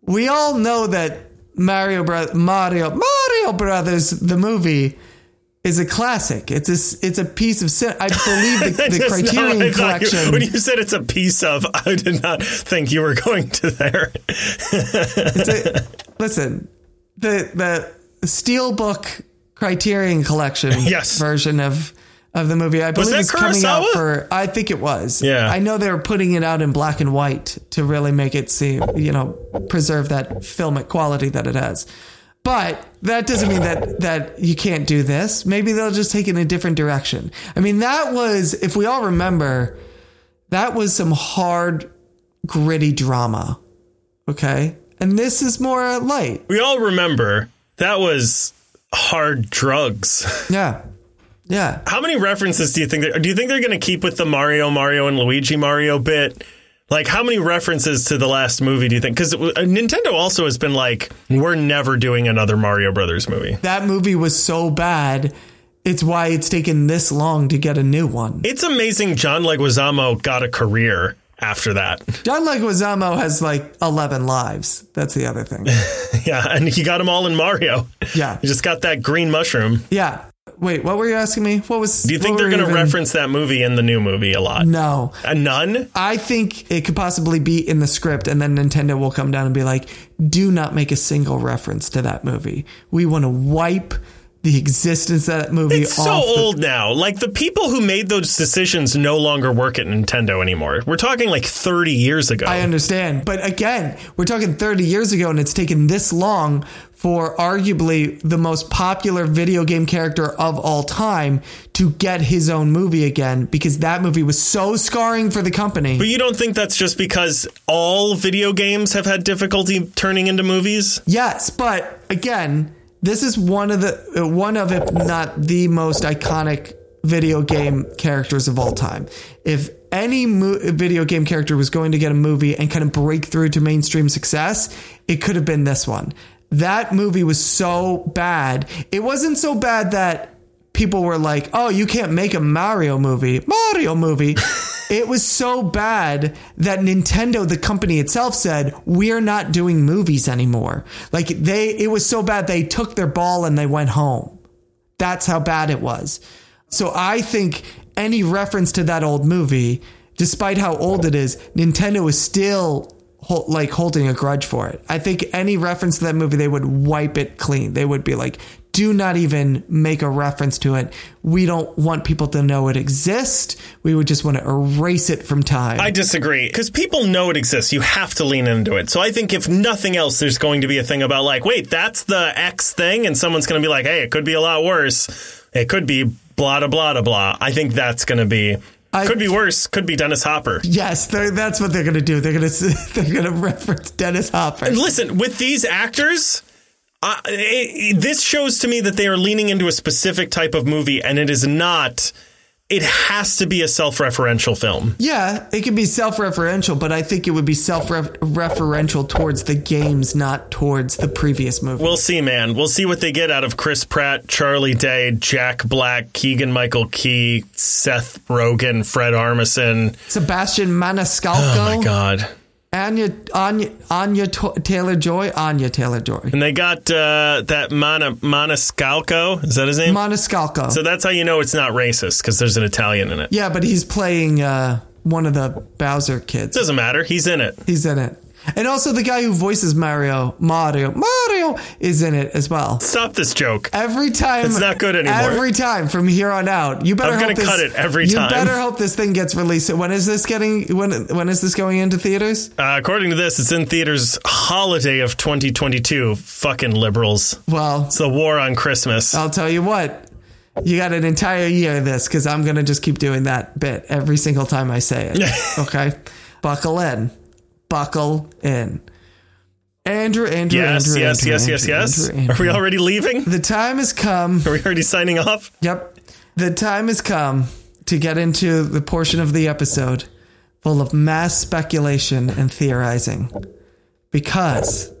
we all know that Mario Bro- Mario Mario Brothers the movie is a classic. It's a s- it's a piece of cin- I believe the, the
That's not what [laughs] I
Criterion
thought you-
collection.
when you said it's a piece of, [laughs] I did not think you were going to there.
It's a- listen, the the Steelbook Criterion Collection
[laughs] Yes.
version of of the movie. I believe
that
it's coming out
Kurosawa?
for. I think it was.
Yeah.
I know they were putting it out in black and white to really make it seem, you know, preserve that filmic quality that it has. But that doesn't mean that that you can't do this. Maybe they'll just take it in a different direction. I mean, that was if we all remember, that was some hard, gritty drama. Okay. And this is more light.
We all remember that was hard drugs.
Yeah. Yeah.
How many references do you think? They're, do you think they're going to keep with the Mario, Mario, and Luigi Mario bit? Like, how many references to the last movie do you think? Because Nintendo also has been like, we're never doing another Mario Brothers movie.
That movie was so bad. It's why it's taken this long to get a new one.
It's amazing John Leguizamo got a career after that. [laughs]
John Leguizamo has like 11 lives. That's the
[laughs]
other thing.
yeah, and he got them all in Mario.
Yeah.
He just got that green mushroom.
Yeah. Wait, what were you asking me? What was.
Do you think they're going to reference that movie in the new movie a lot?
No.
A nun?
I think it could possibly be in the script, and then Nintendo will come down and be like, do not make a single reference to that movie. We want to wipe the existence of that movie
It's
off.
so
the-
old now. Like the people who made those decisions no longer work at Nintendo anymore. We're talking like 30 years ago.
I understand. But again, we're talking 30 years ago, and it's taken this long for arguably the most popular video game character of all time to get his own movie again because that movie was so scarring for the company.
but you don't think that's just because all video games have had difficulty turning into movies?
Yes, but again, this is one of the uh, one of if not the most iconic video game characters of all time. If any mo- video game character was going to get a movie and kind of break through to mainstream success, it could have been this one. That movie was so bad. It wasn't so bad that people were like, "Oh, you can't make a Mario movie." Mario movie. it was so bad that Nintendo, the company itself, said, "We're not doing movies anymore." Like they, it was so bad they took their ball and they went home. That's how bad it was. So I think any reference to that old movie, despite how old it is, Nintendo is still hol- like holding a grudge for it. I think any reference to that movie, they would wipe it clean. They would be like, do not even make a reference to it. We don't want people to know it exists. We would just want to erase it from time.
I disagree because people know it exists. You have to lean into it. So I think if nothing else, there's going to be a thing about like, wait, that's the X thing, and someone's going to be like, hey, it could be a lot worse. It could be blah da blah da blah. I think that's going to be
I-
could be worse. Could be Dennis Hopper.
yes, they're- that's what [laughs] they're going to do. They're going to they're going to reference Dennis Hopper.
Listen, with these actors, I, it, it- this shows to me that they are leaning into a specific type of movie, and it is not. It has to be a self-referential film.
Yeah, it could be self-referential, but I think it would be self-referential towards the games, not towards the previous movie.
We'll see, man. We'll see what they get out of Chris Pratt, Charlie Day, Jack Black, Keegan Michael Key, Seth Rogen, Fred Armisen.
Sebastian
Oh my
Maniscalco,
god!
Anya Anya Anya to- Taylor Joy, Anya Taylor Joy,
And they got uh, that Mana Maniscalco. Is that his name?
Maniscalco.
so that's how you know it's not racist because there's an Italian in it.
yeah, but he's playing uh, one of the Bowser kids.
Doesn't matter. He's in it.
He's in it, and also the guy who voices Mario, Mario, Mario is in it as well.
Stop this joke.
Every time
It's not good anymore.
Every time from here on out, you better.
I'm
hope
gonna
this-
cut it every
you
time.
better hope this thing gets released. When is this getting? When when is this going into theaters?
Uh, according to this, it's in theaters holiday of 2022. Fucking liberals.
Well,
It's the war on Christmas.
I'll tell you what. You got an entire year of this because I'm gonna just keep doing that bit every single time I say
[laughs]
it. okay, buckle in, buckle in. Andrew, Andrew,
yes,
Andrew,
yes,
Andrew,
yes,
Andrew,
yes, yes.
Andrew, Andrew.
Are we already leaving?
The time has come.
Are we already signing off?
Yep. The time has come to get into the portion of the episode full of mass speculation and theorizing because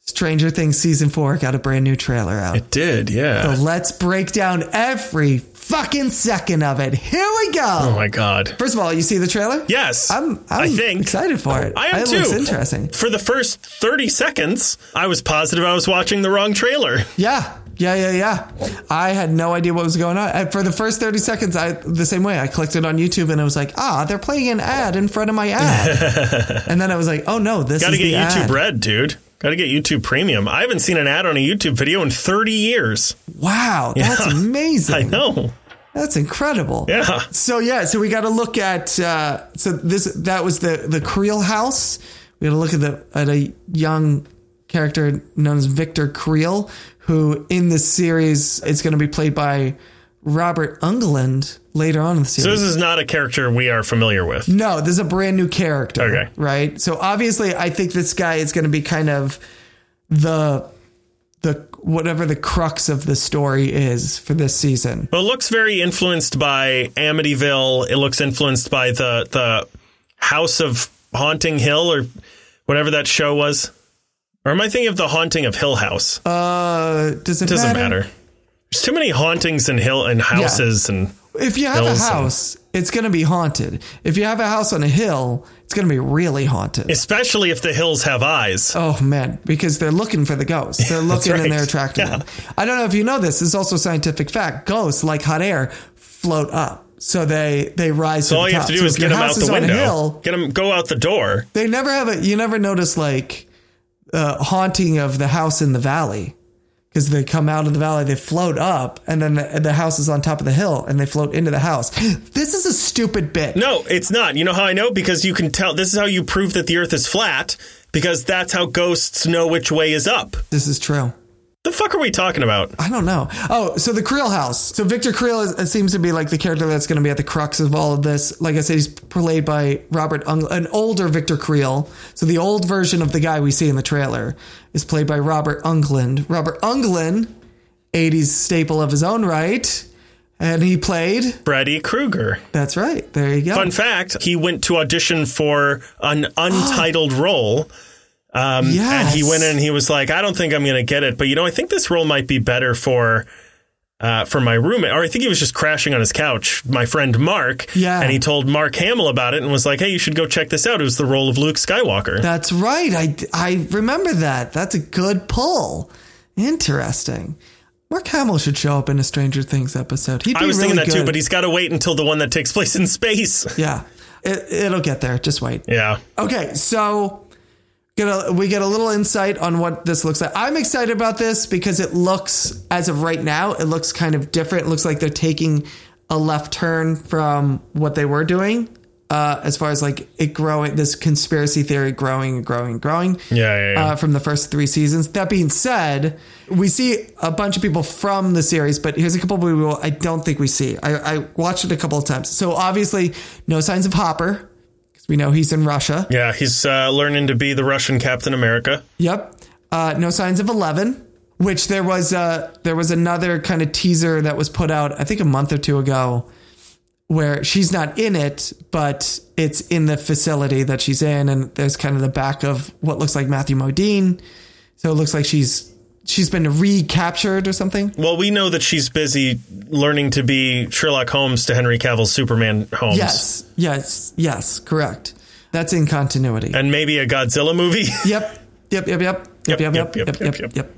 Stranger Things season four got a brand new trailer out.
It did, yeah.
So let's break down every fucking second of it. Here we
oh
go.
my god.
First of all, you see the trailer?
Yes.
I'm, I'm
I think.
excited for it.
I am
it
too.
looks interesting.
For the first 30 seconds, I was positive I was watching the wrong trailer.
Yeah, yeah, yeah, yeah. I had no idea what was going on. I, for the first 30 seconds, I the same way. I clicked it on YouTube and I was like, ah, they're playing an ad in front of my ad.
[laughs]
and then I was like, oh no, this
Gotta
is
get
the
YouTube
ad.
Red, dude. Gotta get YouTube Premium. I haven't seen an ad on a YouTube video in 30 years.
Wow,
[laughs]
that's
I
amazing.
know.
That's incredible.
Yeah.
So yeah, so we got to look at uh, so this that was the the Creel house. We got to look at the at a young character known as Victor Creel, who in this series is going to be played by Robert Ungeland later on in the series.
So this is not a character we are familiar with.
No, this is a brand new character.
Okay.
Right. So obviously, I think this guy is going to be kind of the the whatever the crux of the story is for this season.
Well, it looks very influenced by Amityville. It looks influenced by the the House of Haunting Hill or whatever that show was. Or am I thinking of the Haunting of Hill House? It
Uh, does it
doesn't matter. There's too many hauntings and hill and houses and
If you have
Hills
a
and-
house, it's going to be haunted. If you have a house on a hill, it's going to be really haunted.
especially if the hills have eyes.
Oh man, because they're looking for the
[laughs]
ghosts. They're looking
right.
and they're attracted to them. I don't know if you know this. This is also scientific fact. Ghosts, like hot air, float up, so they they rise. to
All
the
you have
top.
to do
So
is
if
get
your
them out
house is
the
on a
window.
hill,
Get them go out the door.
they never have a. You never notice like uh, haunting of the house in the valley because they come out of the valley, they float up, and then the, the house is on top of the hill, and they float into the house. [gasps] This is a stupid bit.
No, it's not. You know how I know? Because you can tell this is how you prove that the earth is flat because that's how ghosts know which way is up.
This is true.
The fuck are we talking about?
I don't know. Oh, so the Creel house. So Victor Creel is, it seems to be like the character that's going to be at the crux of all of this. Like I said, he's played by Robert Ung, an older Victor Creel. So the old version of the guy we see in the trailer is played by Robert Unglund. Robert Unglund, 80s staple of his own right. And he played.
Freddy Krueger.
That's right. There you go.
Fun fact, he went to audition for
[gasps]
an untitled role. Um,
Yes.
And he went in and he was like, I don't think I'm going to get it. But, you know, I think this role might be better for. Uh, for my roommate, or I think he was just crashing on his couch. My friend Mark,
Yeah.
and he told Mark Hamill about it and was like, "Hey, you should go check this out." It was the role of Luke Skywalker.
That's right. I, I remember that. That's a good pull. Interesting. Mark Hamill should show up in a Stranger Things episode. He'd be
I was
really
thinking that
good.
too, but he's got to wait until the one that takes place in space. [laughs]
Yeah. It, it'll get there. Just wait.
Yeah,
Okay. So get a, we get a little insight on what this looks like. I'm excited about this because it looks, as of right now, it looks kind of different. It looks like they're taking a left turn from what they were doing. Uh, as far as like it growing, this conspiracy theory growing, growing, growing
yeah, yeah. yeah.
uh, from the first three seasons. That being said, we see a bunch of people from the series, but here's a couple of people I don't think we see. I, I watched it a couple of times. So obviously, no signs of Hopper because we know he's in Russia.
yeah, he's uh, learning to be the Russian Captain America.
Yep. Uh, no signs of Eleven. Which there was a there was another kind of teaser that was put out I think a month or two ago, where she's not in it, but it's in the facility that she's in, and there's kind of the back of what looks like Matthew Modine, so it looks like she's she's been recaptured or something.
Well, we know that she's busy learning to be Sherlock Holmes to Henry Cavill's Superman Holmes.
Yes, yes, yes, correct. That's in continuity.
And maybe a Godzilla movie. [laughs]
Yep. Yep. Yep. Yep. Yep. Yep. Yep. Yep. Yep. Yep. Yep.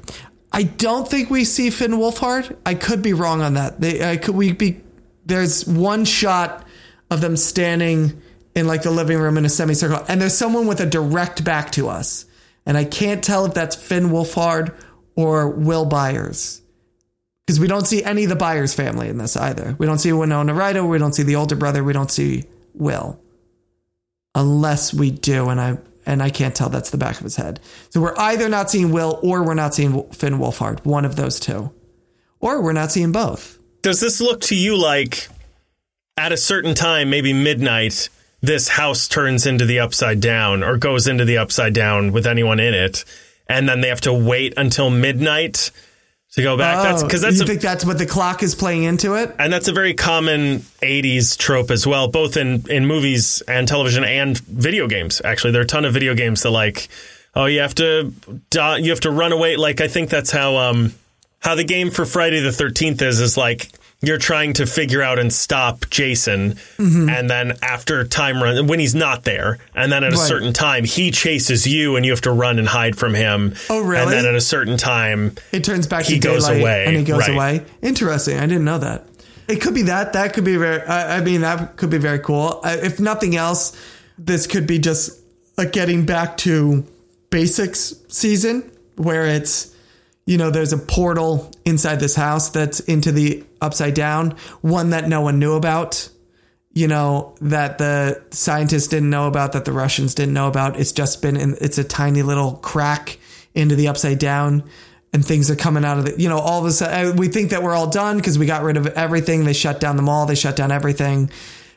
I don't think we see Finn Wolfhard. I could be wrong on that. They I could we be there's one shot of them standing in like the living room in a semicircle, and there's someone with a direct back to us, and I can't tell if that's Finn Wolfhard or Will Byers. Because we don't see any of the Byers family in this either. We don't see Winona Ryder. We don't see the older brother. We don't see Will, unless we do, and I and I can't tell that's the back of his head. So we're either not seeing Will or we're not seeing Finn Wolfhard, one of those two, or we're not seeing both.
Does this look to you like at a certain time, maybe midnight, this house turns into the upside down or goes into the upside down with anyone in it, and then they have to wait until midnight to go back? that's because that's
Oh, you
a,
think that's what the clock is playing into it.
and that's a very common 80s trope as well both in, in movies and television and video games actually there are a ton of video games that like oh you have to die, you have to run away like i think that's how um how the game for friday the 13th is is like you're trying to figure out and stop jason
Mm-hmm.
and then after time run when he's not there and then at a
Right.
certain time he chases you and you have to run and hide from him
Oh, really?
and then at a certain time
It turns back
He
to
goes
daylight
away,
and he goes
right.
away. Interesting. I didn't know that. It could be that. That could be very. I, I mean, that could be very cool. I, if nothing else, this could be just like getting back to basics season where it's you know there's a portal inside this house that's into the upside down one that no one knew about you know that the scientists didn't know about that the russians didn't know about it's just been in it's a tiny little crack into the upside down and things are coming out of the you know all of a sudden we think that we're all done because we got rid of everything they shut down the mall they shut down everything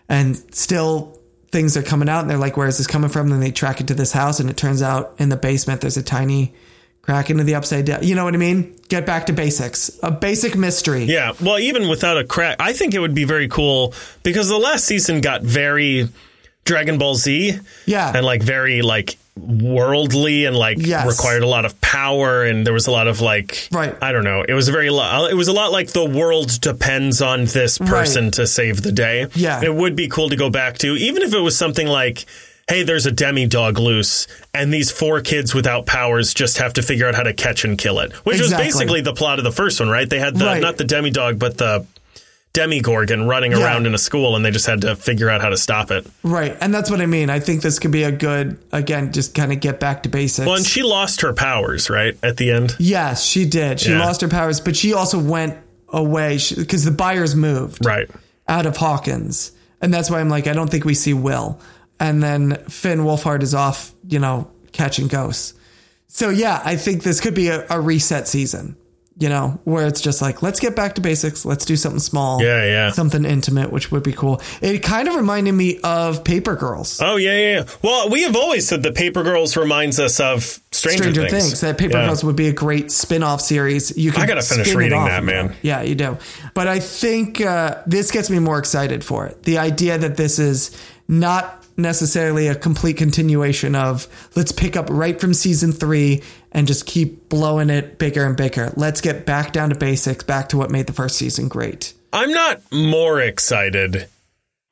and still things are coming out and they're like where is this coming from and they track it to this house and it turns out in the basement there's a tiny crack into the upside down you know what i mean get back to basics a basic mystery
Yeah. Well, even without a crack, I think it would be very cool because the last season got very Dragon Ball Z
yeah
and like very like worldly and like
Yes.
required a lot of power and there was a lot of like
Right.
I don't know. It was a very lo- it was a lot like the world depends on this person to save the day.
Yeah.
It would be cool to go back to even if it was something like Hey, there's a demi dog loose, and these four kids without powers just have to figure out how to catch and kill it, which
Exactly.
was basically the plot of the first one, right? They had the
Right.
not the demi dog, but the demigorgon running
Yeah.
around in a school, and they just had to figure out how to stop it.
right and that's what i mean i think this could be a good again just kind of get back to basics
Well, and she lost her powers, right, at the end.
yes she did she
Yeah.
lost her powers but she also went away because the buyers moved
Right.
out of Hawkins. And that's why I'm like, I don't think we see Will. And then Finn Wolfhard is off, you know, catching ghosts. So yeah, I think this could be a, a reset season, you know, where it's just like, let's get back to basics. Let's do something small.
Yeah, yeah.
Something intimate, which would be cool. It kind of reminded me of Paper Girls.
Oh yeah, yeah. yeah. Well, we have always said the Paper Girls reminds us of Stranger,
Stranger
Things.
Things. That Paper
Yeah.
Girls would be a great spin-off series. You can
I gotta finish
spin it
reading
off
that,
of
man.
Yeah, you do. But I think uh, this gets me more excited for it. The idea that this is not necessarily a complete continuation of let's pick up right from season three and just keep blowing it bigger and bigger. Let's get back down to basics, back to what made the first season great.
I'm not more excited.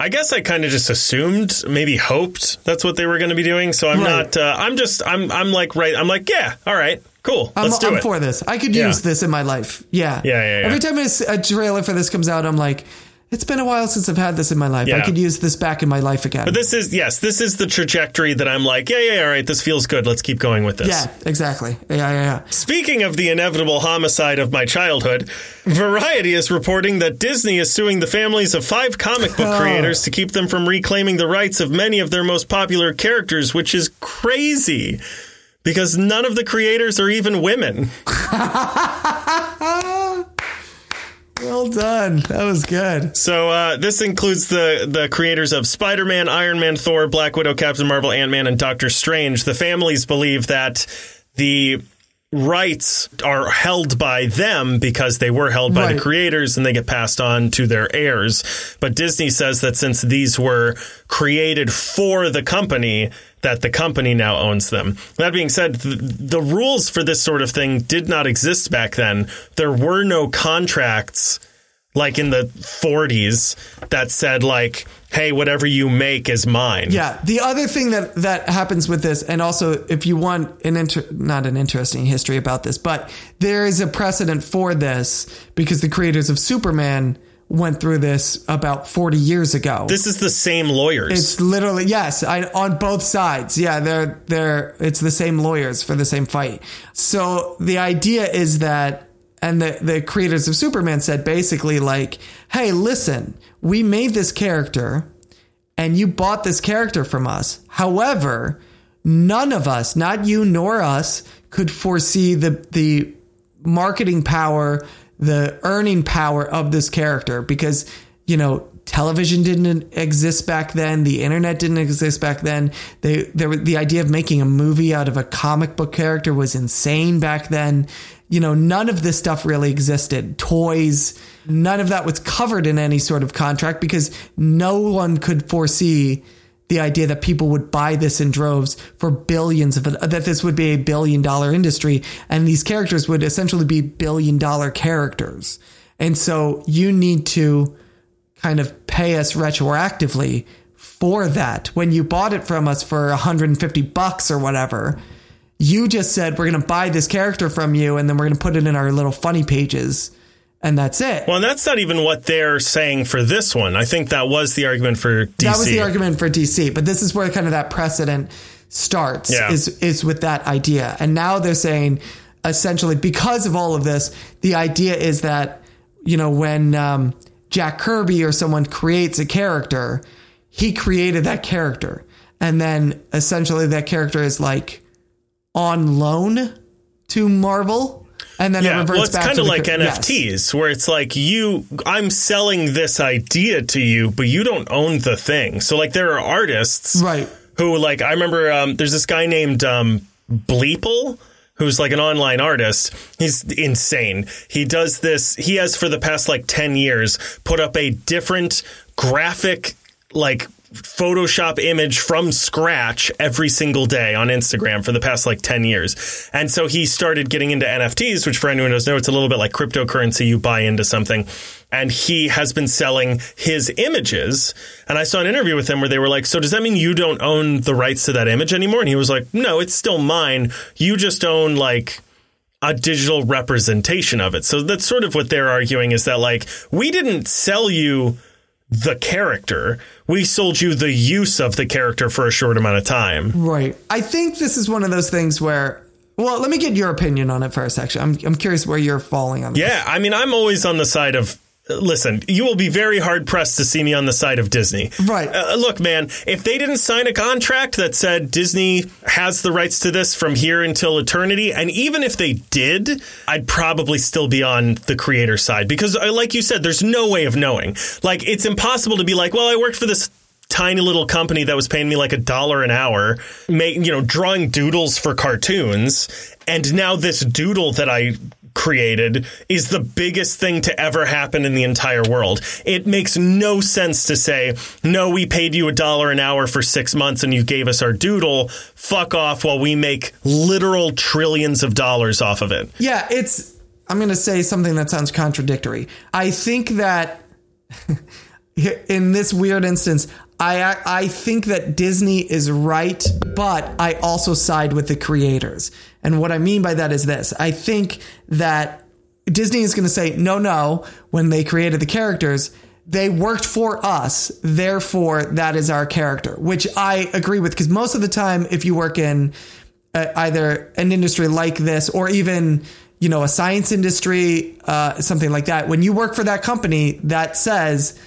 I guess I kind of just assumed, maybe hoped that's what they were going to be doing. So I'm
Right.
not. Uh, I'm just. I'm. I'm like right. I'm like yeah. All right. Cool.
I'm,
Let's do
I'm
it.
for this. I could
Yeah.
use this in my life. Yeah.
Yeah, yeah, yeah.
Every time a, s- a trailer for this comes out, I'm like, it's been a while since I've had this in my life. I
Yeah.
could use this back in my life again.
But this is yes. This is the trajectory that I'm like yeah yeah. yeah, All right. This feels good. Let's keep going with this.
yeah, exactly. Yeah, yeah, yeah.
Speaking of the inevitable homicide of my childhood, Variety is reporting that Disney is suing the families of five comic book creators to keep them from reclaiming the rights of many of their most popular characters, which is crazy because none of the creators are even women.
Well done. That was good.
So uh, this includes the the creators of Spider Man, Iron Man, Thor, Black Widow, Captain Marvel, Ant Man, and Doctor Strange. The families believe that the rights are held by them because they were held by the
Right.
creators and they get passed on to their heirs. But Disney says that since these were created for the company, that the company now owns them. That being said, th- the rules for this sort of thing did not exist back then. There were no contracts like in the 40s that said like, "Hey, whatever you make is mine."
Yeah. The other thing that that happens with this, and also if you want an inter- not an interesting history about this, but there is a precedent for this because the creators of Superman went through this about 40 years ago.
This is the same lawyers.
it's literally yes, I, on both sides. Yeah, they're they're it's the same lawyers for the same fight. So the idea is that and the the creators of Superman said basically like, "Hey, listen, we made this character and you bought this character from us. However, none of us, not you nor us, could foresee the the marketing power, the earning power of this character because, you know, television didn't exist back then, the internet didn't exist back then. They there were- the idea of making a movie out of a comic book character was insane back then. You know, none of this stuff really existed. Toys, none of that was covered in any sort of contract because no one could foresee the idea that people would buy this in droves for billions of that this would be a billion dollar industry and these characters would essentially be billion dollar characters. And so you need to kind of pay us retroactively for that. When you bought it from us for 150 bucks or whatever, you just said we're going to buy this character from you and then we're going to put it in our little funny pages and that's it.
Well, and that's not even what they're saying for this one. I think that was the argument for DC.
That was the argument for DC, but this is where kind of that precedent starts
Yeah.
is is with that idea. And now they're saying essentially because of all of this, the idea is that you know when um, Jack Kirby or someone creates a character, he created that character, and then essentially that character is like on loan to Marvel, and then it
Yeah,
reverts
well, it's
back
kind
to
of
the
like
cr- yes.
NFTs, where it's like you, I'm selling this idea to you, but you don't own the thing. So, like, there are artists
right?
who, like, I remember um, there's this guy named um, Bleeple. Who's like an online artist. He's insane. He does this, he has for the past like 10 years put up a different graphic, like Photoshop image from scratch every single day on Instagram for the past like 10 years. And so he started getting into NFTs, which for anyone who doesn't know, it's a little bit like cryptocurrency. You buy into something. And he has been selling his images. And I saw an interview with him where they were like, So does that mean you don't own the rights to that image anymore? And he was like, No, it's still mine. You just own like a digital representation of it. So that's sort of what they're arguing is that like we didn't sell you the character. We sold you the use of the character for a short amount of time.
Right. I think this is one of those things where, well, let me get your opinion on it first, actually. I'm, I'm curious where you're falling on this.
Yeah, I mean, I'm always on the side of listen, you will be very hard pressed to see me on the side of Disney.
Right.
Uh, look, man, if they didn't sign a contract that said Disney has the rights to this from here until eternity, and even if they did, I'd probably still be on the creator side because, uh, like you said, there's no way of knowing. Like, it's impossible to be like, well, I worked for this tiny little company that was paying me like a dollar an hour, make, you know, drawing doodles for cartoons, and now this doodle that I created is the biggest thing to ever happen in the entire world. It makes no sense to say, no, we paid you a dollar an hour for six months and you gave us our doodle. Fuck off while we make literal trillions of dollars off of it.
Yeah, it's, I'm going to say something that sounds contradictory. I think that in this weird instance, I, I- I think that Disney is right, but I also side with the creators. And what I mean by that is this I think that Disney is going to say, no, no, when they created the characters, they worked for us. Therefore, that is our character, which I agree with because most of the time, if you work in uh, either an industry like this or even you know a science industry uh, something like that when you work for that company that says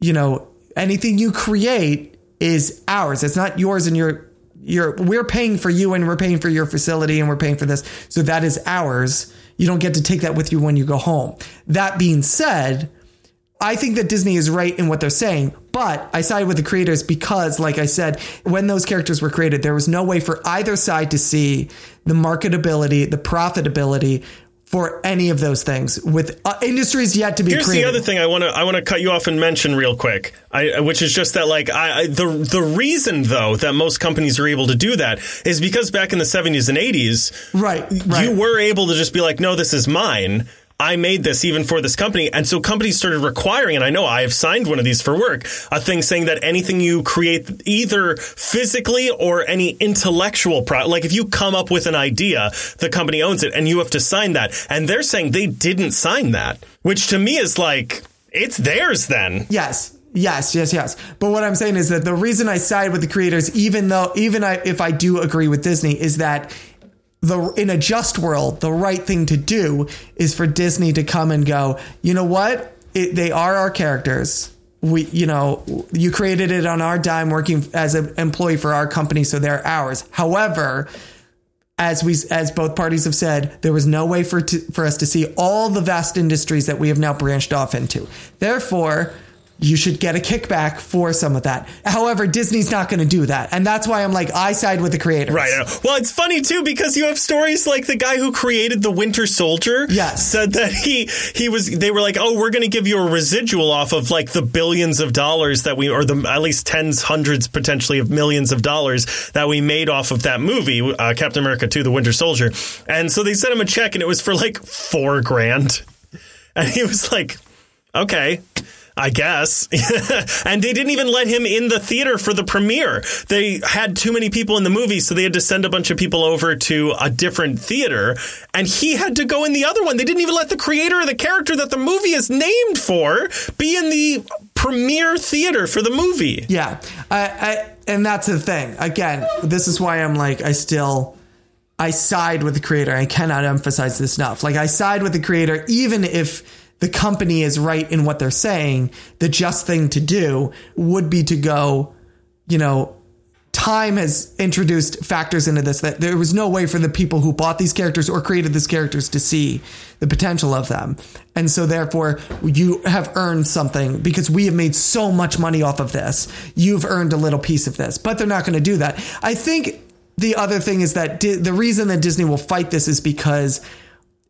you know anything you create is ours it's not yours and your your we're paying for you and we're paying for your facility and we're paying for this so that is ours you don't get to take that with you when you go home that being said I think that Disney is right in what they're saying, but I side with the creators because, like I said, when those characters were created, there was no way for either side to see the marketability, the profitability for any of those things with uh, industries yet to be
Here's
created.
the other thing I want to I want to cut you off and mention real quick, I, which is just that like I, I the the reason though that most companies are able to do that is because back in the 70s and 80s,
Right, right.
you were able to just be like, no, this is mine. I made this even for this company. And so companies started requiring, and I know I have signed one of these for work, a thing saying that anything you create, either physically or any intellectual pro like if you come up with an idea, the company owns it and you have to sign that. And they're saying they didn't sign that, which to me is like, it's theirs then.
Yes. Yes, yes, yes. But what I'm saying is that the reason I side with the creators, even though, even I, if I do agree with Disney, is that the in a just world, the right thing to do is for Disney to come and go. You know what? It, they are our characters. We, you know, you created it on our dime, working as an employee for our company, so they're ours. However, as we as both parties have said, there was no way for to, for us to see all the vast industries that we have now branched off into. Therefore, you should get a kickback for some of that. However, Disney's not going to do that, and that's why I'm like I side with the creators.
Right. I know. Well, it's funny too because you have stories like the guy who created the Winter Soldier.
Yes.
Said that he he was. They were like, oh, we're going to give you a residual off of like the billions of dollars that we, or the at least tens, hundreds, potentially of millions of dollars that we made off of that movie, uh, Captain America Two: The Winter Soldier. And so they sent him a check, and it was for like four grand, and he was like, okay. I guess. [laughs] and they didn't even let him in the theater for the premiere. They had too many people in the movie, so they had to send a bunch of people over to a different theater. And he had to go in the other one. They didn't even let the creator of the character that the movie is named for be in the premiere theater for the movie.
Yeah. I, I, and that's the thing. Again, this is why I'm like, I still, I side with the creator. I cannot emphasize this enough. Like, I side with the creator, even if the company is right in what they're saying, the just thing to do would be to go, you know, time has introduced factors into this that there was no way for the people who bought these characters or created these characters to see the potential of them. And so therefore you have earned something because we have made so much money off of this. You've earned a little piece of this, but they're not going to do that. I think the other thing is that Di- the reason that Disney will fight this is because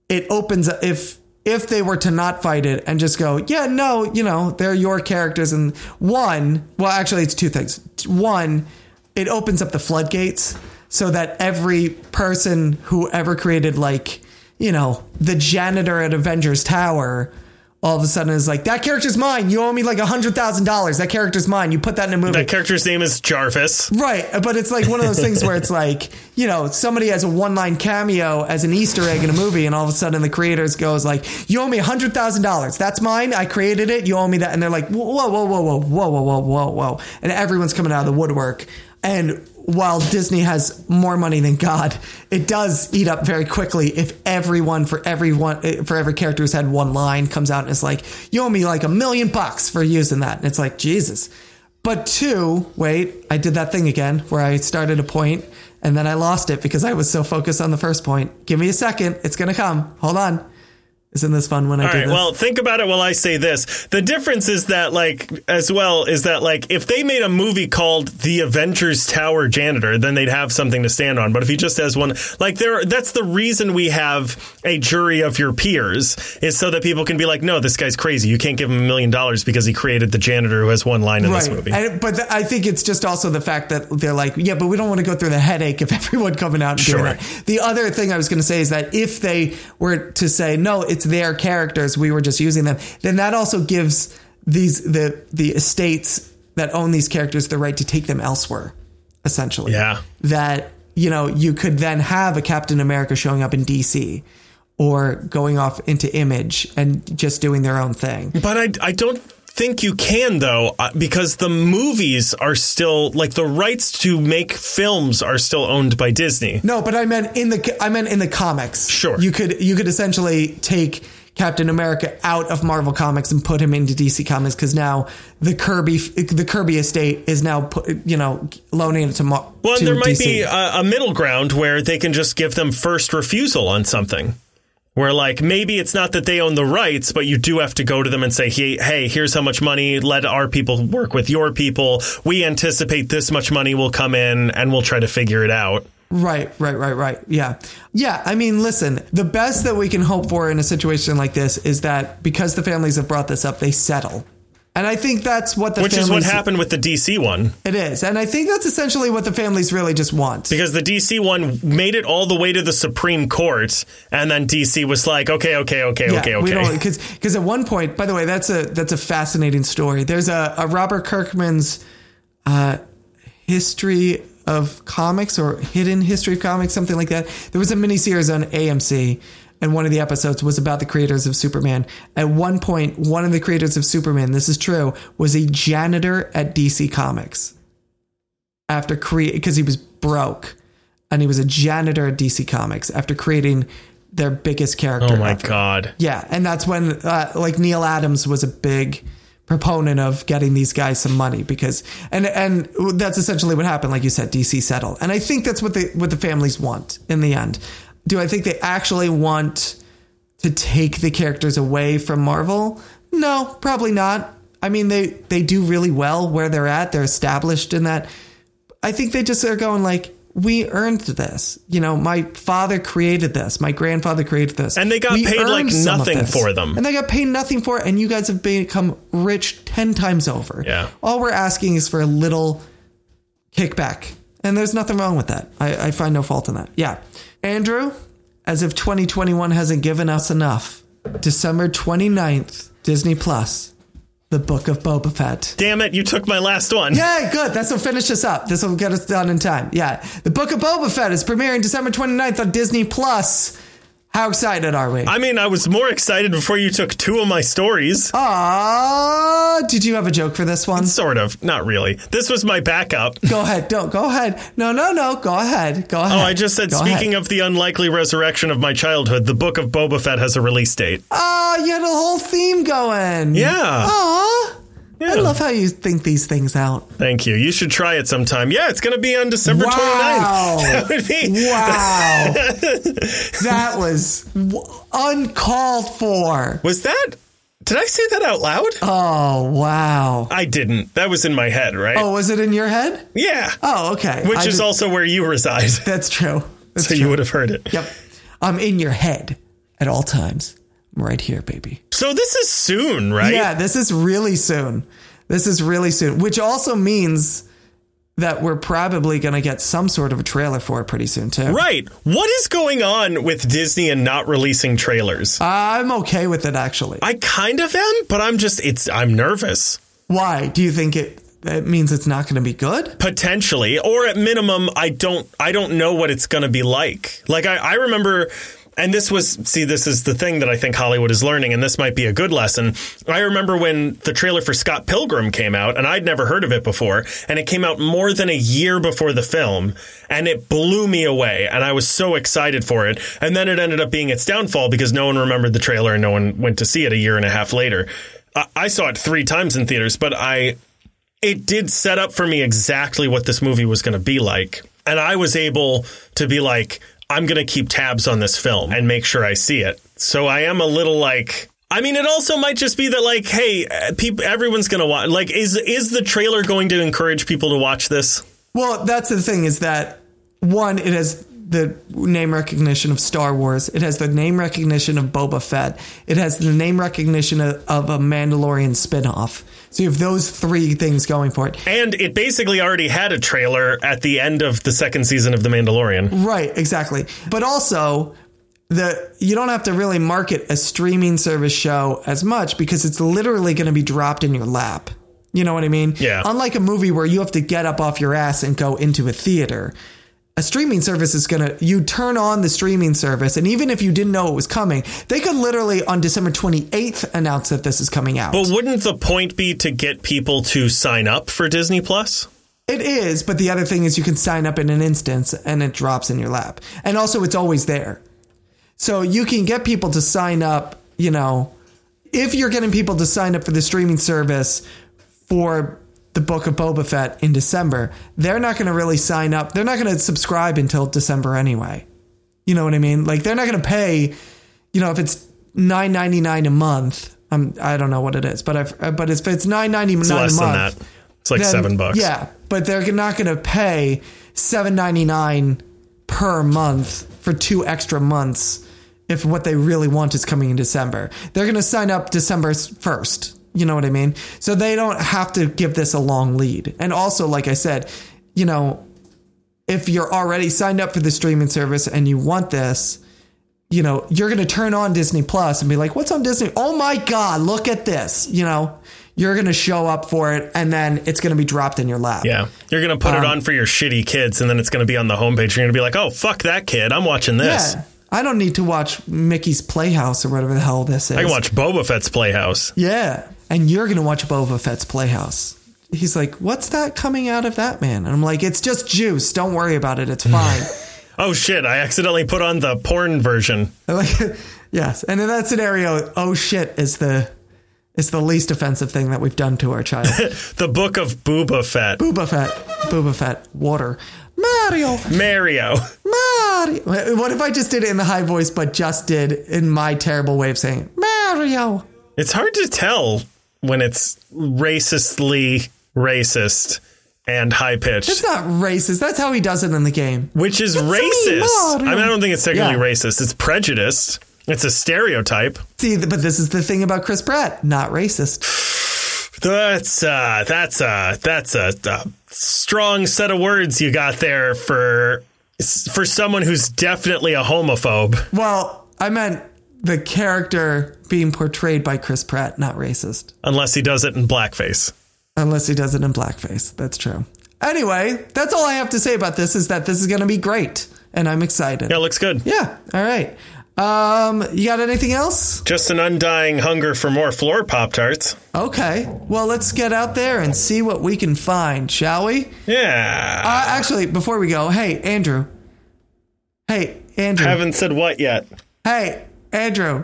it opens if if they were to not fight it and just go, yeah, no, you know, they're your characters and one, well actually it's two things. One, it opens up the floodgates so that every person who ever created like, you know, the janitor at Avengers Tower all of a sudden is like, that character's mine. You owe me like a hundred thousand dollars. That character's mine. You put that in a movie.
That character's name is Jarvis.
Right, but it's like one of those things where it's like, you know, somebody has a one-line cameo as an Easter egg in a movie, and all of a sudden the creators goes like, "You owe me hundred thousand dollars. That's mine. I created it. You owe me that." And they're like, "Whoa, whoa, whoa, whoa, whoa, whoa, whoa, whoa, whoa, whoa!" And everyone's coming out of the woodwork. And while Disney has more money than God, it does eat up very quickly if everyone for everyone eh, for every character who's had one line comes out and is like, "You owe me like a million bucks for using that," and it's like, Jesus. But two, wait, I did that thing again where I started a point and then I lost it because I was so focused on the first point. Give me a second. It's going to come. Hold on. Isn't this fun when I
All
do
right.
this?
Well, think about it while I say this. The difference is that, like, as well, is that, like, if they made a movie called The Avengers Tower Janitor, then they'd have something to stand on. But if he just has one, like, there, that's the reason we have a jury of your peers is so that people can be like, no, this guy's crazy. You can't give him a million dollars because he created the janitor who has one line in this movie.
And- but th- I think it's just also the fact that they're like, yeah, but we don't want to go through the headache of [laughs] everyone coming out and doing
Sure.
that. The other thing I was going to say is that if they were to say, no, it's their characters, we were just using them, then that also gives these the the estates that own these characters the right to take them elsewhere, essentially.
Yeah.
That, you know, you could then have a Captain America showing up in DC or going off into image and just doing their own thing.
But I, I don't think you can though uh, because the movies are still like the rights to make films are still owned by Disney.
No, but I meant in the I meant in the comics.
Sure.
you could you could essentially take Captain America out of Marvel Comics and put him into DC Comics because now the Kirby the Kirby estate is now put, you know loaning it to Marvel.
Well, and there might be a, a middle ground where they can just give them first refusal on something. where like maybe it's not that they own the rights, but you do have to go to them and say, hey, hey, here's how much money. Let our people work with your people. We anticipate this much money will come in, and we'll try to figure it out.
Right, right, right, right. Yeah. Yeah. I mean, listen, the best that we can hope for in a situation like this is that because the families have brought this up, they settle. And I think that's what the
Which
families,
is what happened with the DC one.
It is. And I think that's essentially what the families really just want.
Because the DC one made it all the way to the Supreme Court, and then DC was like, okay, okay, okay, okay,
We don't
okay.
because because at one point, by the way, that's a that's a fascinating story. There's a, a Robert Kirkman's uh, history of comics or hidden history of comics, something like that. There was a miniseries on AMC, and one of the episodes was about the creators of Superman. At one point, one of the creators of Superman, this is true, was a janitor at DC Comics after create because he was broke and he was a janitor at DC Comics after creating their biggest character.
Oh my
ever.
God.
Yeah, and that's when uh, like Neil Adams was a big proponent of getting these guys some money because and and that's essentially what happened like you said DC settle. And I think that's what the what the families want in the end. Do I think they actually want to take the characters away from Marvel? No, probably not. I mean they they do really well where they're at. They're established in that I think they just are going like we earned this. You know, my father created this. My grandfather created this.
And they got
We
paid,
earned
like,
some of
nothing
this."
for them.
And they got paid nothing for it. And you guys have become rich 10 times over.
Yeah.
All we're asking is for a little kickback. And there's nothing wrong with that. I, I find no fault in that. Yeah. Andrew, as if 2021 hasn't given us enough, December 29th, Disney Plus, The Book of Boba Fett.
Damn it, you took my last one.
Yeah, good. This will finish us up. This will get us done in time. Yeah. The Book of Boba Fett is premiering December 29th on Disney Plus. How excited are we?
I mean, I was more excited before you took two of my stories.
Oh. Ah, did you have a joke for this one?
Sort of, not really. This was my backup.
[laughs] Go ahead. Don't go ahead. No, no, no. Go ahead. Go ahead.
Oh, I just said, speaking of the unlikely resurrection of my childhood, the book of Boba Fett has a release date.
Ah, you had a whole theme going.
Yeah.
Aw.
Yeah.
I love how you think these things out.
Thank you. You should try it sometime. Yeah, it's going to be on December
Wow.
29th. [laughs] That would be. [laughs]
Wow. that was w- uncalled for.
Was that. Did I say that out loud?
Oh, wow.
I didn't. That was in my head, right?
Oh, was it in your head?
Yeah.
Oh, okay.
Which
I
is
did-
also where you reside. [laughs] so
That's true. That's true.
you would have heard it.
Yep. I'm in your head at all times. I'm right here, baby.
So this is soon, right?
Yeah, this is really soon. This is really soon, which also means that we're probably going to get some sort of a trailer for it pretty soon, too.
Right. What is going on with Disney and not releasing
Uh,
trailers?
I'm okay with it, actually.
I kind of am, but I'm just it's I'm nervous.
Why? Do you think it, it means it's not going to be good?
Potentially, or at minimum, I don't I don't know what it's gonna be like. Like I, I remember and this was see, this is the thing that I think Hollywood is learning, and this might be a good lesson. I remember when the trailer for Scott Pilgrim came out, and I'd never heard of it before, and it came out more than a year before the film, and it blew me away, and I was so excited for it. And then it ended up being its downfall because no one remembered the trailer and no one went to see it a year and a half later. I, I saw it three times in theaters, but I it did set up for me exactly what this movie was going to be like. And I was able to be like, I'm going to keep tabs on this film and make sure I see it. So I am a little like, I mean, it also might just be that like, hey, people, everyone's going to watch. Like, is is the trailer going to encourage people to watch this?
Well, that's the thing is that one, it has the name recognition of Star Wars. It has the name recognition of Boba Fett. It has the name recognition of, of a Mandalorian spinoff. So you have those three things going for it.
And it basically already had a trailer at the end of the second season of The Mandalorian.
Right, exactly. But also, the you don't have to really market a streaming service show as much because it's literally going to be dropped in your lap. You know what I mean?
Yeah.
Unlike a movie where you have to get up off your ass and go into a theater, a streaming service is going to you turn on the streaming service and even if you didn't know it was coming, they could literally on December 28th announce that this is coming out.
But wouldn't the point be to get people to sign up for Disney Plus?
It is, but the other thing is you can sign up in an instance and it drops in your lap. And also it's always there. So you can get people to sign up, you know, if you're getting people to sign up for the streaming service for the Book of Boba Fett in December, they're not going to really sign up. They're not going to subscribe until December anyway. You know what I mean? Like they're not going to pay you know, if it's nine ninety nine a month, I'm I don't know what it is, but I've uh, but if it's nine ninety nine
It's
a month,
less than that. It's like
then-
seven bucks.
Yeah, but they're not going to pay seven ninety nine per month for two extra months if what they really want is coming in December. They're going to sign up December first. You know what I mean? So they don't have to give this a long lead. And also, like I said, you know, if you're already signed up for the streaming service and you want this, you know, you're going to turn on Disney Plus and be like, what's on Disney? Oh my God, look at this. You know, you're going to show up for it and then it's going to be dropped in your lap.
Yeah. You're going to
Um,
put it on for your shitty kids and then it's going to be on the homepage. You're going to be like, oh, fuck that kid. I'm watching this.
Yeah. I don't need to watch Mickey's Playhouse or whatever the hell this is.
I can watch Boba Fett's Playhouse.
Yeah. And you're going to watch Boba Fett's Playhouse. He's like, what's that coming out of that man? And I'm like, it's just juice. Don't worry
[laughs]
about it. It's fine.
Oh, shit. I accidentally put on the porn version.
I like [laughs] it. yes and in that scenario oh shit is the is the least offensive thing that we've done to our child
The Book of Booba
[laughs]
Fett.
booba fett booba fett water mario
Mario.
mario what if i just did it in the high voice but just did in my terrible way of saying mario
It's hard to tell when it's racistly racist and high
it's
pitched,
not racist that's how he does it in the game
which is racist.
Mario.
I mean, I don't think it's technically
Yeah.
racist. It's prejudiced. It's a stereotype.
see but this is the thing about chris pratt not racist
That's uh that's uh that's a, a strong set of words you got there for for someone who's definitely a homophobe.
well i meant the character being portrayed by chris pratt not racist
Unless he does it in blackface.
Unless he does it in blackface. That's true. Anyway, that's all I have to say about this is that this is going to be great and I'm excited.
Yeah, looks good.
Yeah. All right. Um, you got anything else?
Just an undying hunger for more floor pop tarts.
Okay. Well, let's get out there and see what we can find, shall we?
Yeah.
Uh, actually, before we go, hey, Andrew. Hey, Andrew.
Haven't said what yet.
hey, Andrew.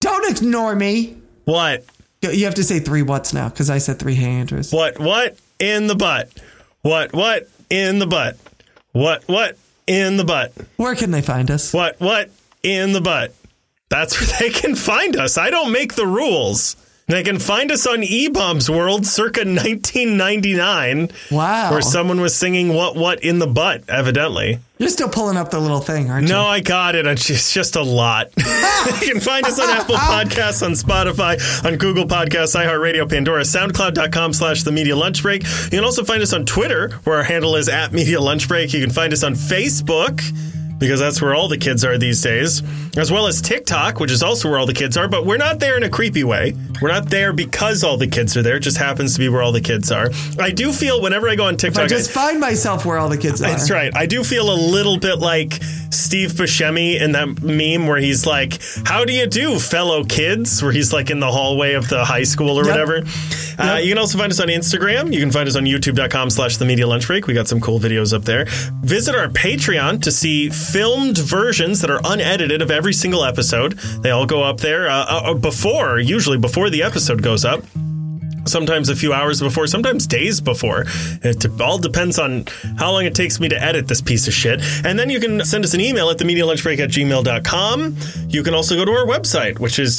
Don't ignore me.
What?
You- You have to say three what's now because I said three hey, Andrews.
What? What? In the butt. What? What? In the butt. What? What? In the butt.
Where can they find us?
What? What? In the butt. That's where [laughs] they can find us. I don't make the rules. They can find us on E Bombs World circa 1999,
Wow.
where someone was singing What What in the Butt, evidently.
You're still pulling up the little thing, aren't you?
No, I got it. It's just- just a lot. [laughs] you can find us on Apple Podcasts, on Spotify, on Google Podcasts, iHeartRadio, Pandora, SoundCloud.com slash The Media Lunch Break. You can also find us on Twitter, where our handle is at Media Lunch Break. You can find us on Facebook, because that's where all the kids are these days, as well as TikTok, which is also where all the kids are, but we're not there in a creepy way. We're not there because all the kids are there. It just happens to be where all the kids are. I do feel whenever I go on TikTok,
I just find myself where all the kids are.
that's right. I do feel a little bit like Steve Buscemi in that meme where he's like, "How do you do, fellow kids?" Where he's like in the hallway of the high school or
Yep.
whatever. Uh,
Yep.
you can also find us on Instagram. You can find us on YouTube.com/slash The Media Lunch Break. We got some cool videos up there. Visit our Patreon to see filmed versions that are unedited of every single episode. They all go up there uh, uh, before, usually before the episode goes up sometimes a few hours before, sometimes days before. It de- all depends on how long it takes me to edit this piece of shit. And then you can send us an email at themedialunchbreak at gmail.com. You can also go to our website, which is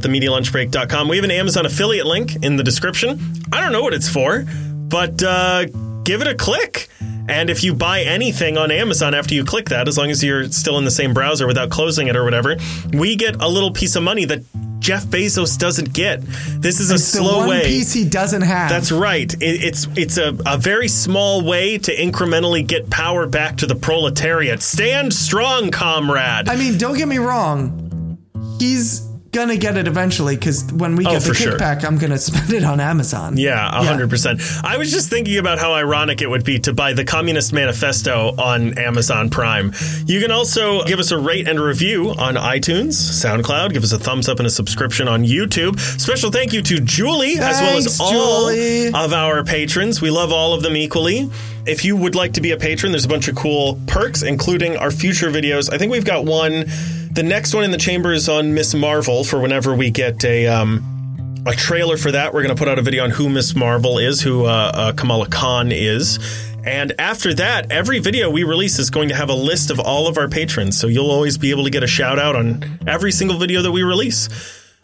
www.themedialunchbreak.com. We have an Amazon affiliate link in the description. I don't know what it's for, but uh, give it a click. And if you buy anything on Amazon after you click that, as long as you're still in the same browser without closing it or whatever, we get a little piece of money that Jeff Bezos doesn't get. This is a
The
slow
one
way.
piece he doesn't have.
That's right. It, it's it's a, a very small way to incrementally get power back to the proletariat. Stand strong, comrade.
I mean, don't get me wrong. He's gonna get it eventually because when we get the
Oh, for sure.
kickback, I'm gonna [laughs] spend it on Amazon.
yeah, hundred percent. I was just thinking about how ironic it would be to buy the Communist Manifesto on Amazon Prime. You can also give us a rate and review on iTunes, SoundCloud. Give us a thumbs up and a subscription on YouTube. Special thank you to Julie as well as
Thanks,
all
Julie.
of our patrons. We love all of them equally. If you would like to be a patron, there's a bunch of cool perks, including our future videos. I think we've got one. The next one in the chamber is on Miss Marvel for whenever we get a um, a trailer for that. We're going to put out a video on who Miss Marvel is, who uh, uh, Kamala Khan is, And after that, every video we release is going to have a list of all of our patrons, so you'll always be able to get a shout out on every single video that we release.